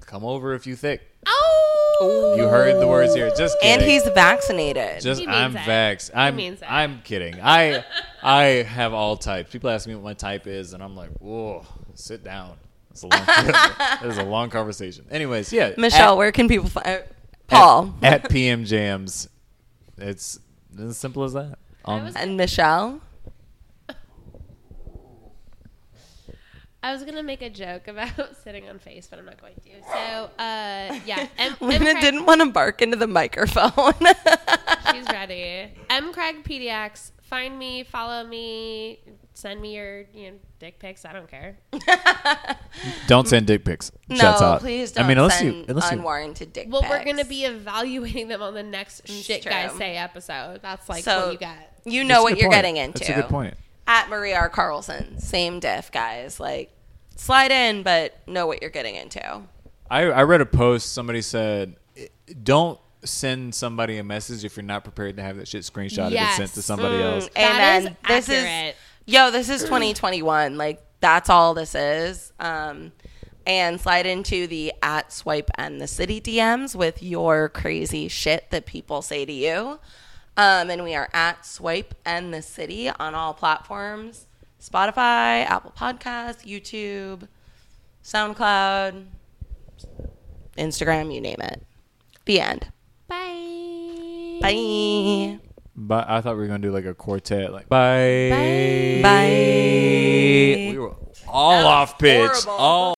[SPEAKER 2] Come over if you thick.
[SPEAKER 3] Oh,
[SPEAKER 2] You heard the words here. Just kidding.
[SPEAKER 1] And he's vaccinated.
[SPEAKER 2] just
[SPEAKER 3] He means
[SPEAKER 2] I'm
[SPEAKER 3] it.
[SPEAKER 2] vaxxed. I'm
[SPEAKER 3] means it.
[SPEAKER 2] I'm kidding. I I have all types. People ask me what my type is, and I'm like, whoa, sit down. It's a long that is a long conversation. Anyways, yeah.
[SPEAKER 1] Michelle, where can people find Paul
[SPEAKER 2] at, at PM Jams. It's as simple as that. Um, On-
[SPEAKER 3] was-
[SPEAKER 1] and Michelle?
[SPEAKER 3] I was gonna make a joke about sitting on face, but I'm not going to. So, uh, yeah, M- M.
[SPEAKER 1] Lena
[SPEAKER 3] Craig-
[SPEAKER 1] didn't want to bark into the microphone.
[SPEAKER 3] She's ready. M. Craig PDX. Find me, follow me, send me your you know, dick pics. I don't care.
[SPEAKER 2] don't send dick pics. Shouts
[SPEAKER 1] no,
[SPEAKER 2] out.
[SPEAKER 1] please don't
[SPEAKER 2] I mean, unless
[SPEAKER 1] send
[SPEAKER 2] you unless you
[SPEAKER 1] unwarranted dick
[SPEAKER 3] Well, we're
[SPEAKER 1] pics.
[SPEAKER 3] gonna be evaluating them on the next shit
[SPEAKER 1] true.
[SPEAKER 3] guys say episode. That's like
[SPEAKER 1] So-
[SPEAKER 3] what you got.
[SPEAKER 1] You
[SPEAKER 2] That's
[SPEAKER 1] know
[SPEAKER 2] a
[SPEAKER 1] what
[SPEAKER 2] good
[SPEAKER 1] you're
[SPEAKER 2] point.
[SPEAKER 1] getting into.
[SPEAKER 2] That's a good point.
[SPEAKER 1] At Marie R. Carlson, same diff, guys. Like, slide in, but know what you're getting into.
[SPEAKER 2] I, I read a post. Somebody said, "I- "Don't send somebody a message if you're not prepared to have that shit screenshotted
[SPEAKER 3] Yes.
[SPEAKER 2] and sent to somebody
[SPEAKER 1] Mm,
[SPEAKER 2] else."
[SPEAKER 3] That
[SPEAKER 1] Amen.
[SPEAKER 3] is
[SPEAKER 1] this is
[SPEAKER 3] accurate.
[SPEAKER 1] yo. This is 2021. Like that's all this is. Um, and slide into the at swipe and the city DMs with your crazy shit that people say to you. Um, and we are at swipe and the city on all platforms: Spotify, Apple Podcasts, YouTube, SoundCloud, Instagram. You name it. The end.
[SPEAKER 3] Bye.
[SPEAKER 1] Bye.
[SPEAKER 2] But I thought we were gonna do like a quartet, like bye.
[SPEAKER 3] Bye.
[SPEAKER 1] Bye.
[SPEAKER 2] We were all off pitch.
[SPEAKER 1] horrible.
[SPEAKER 2] All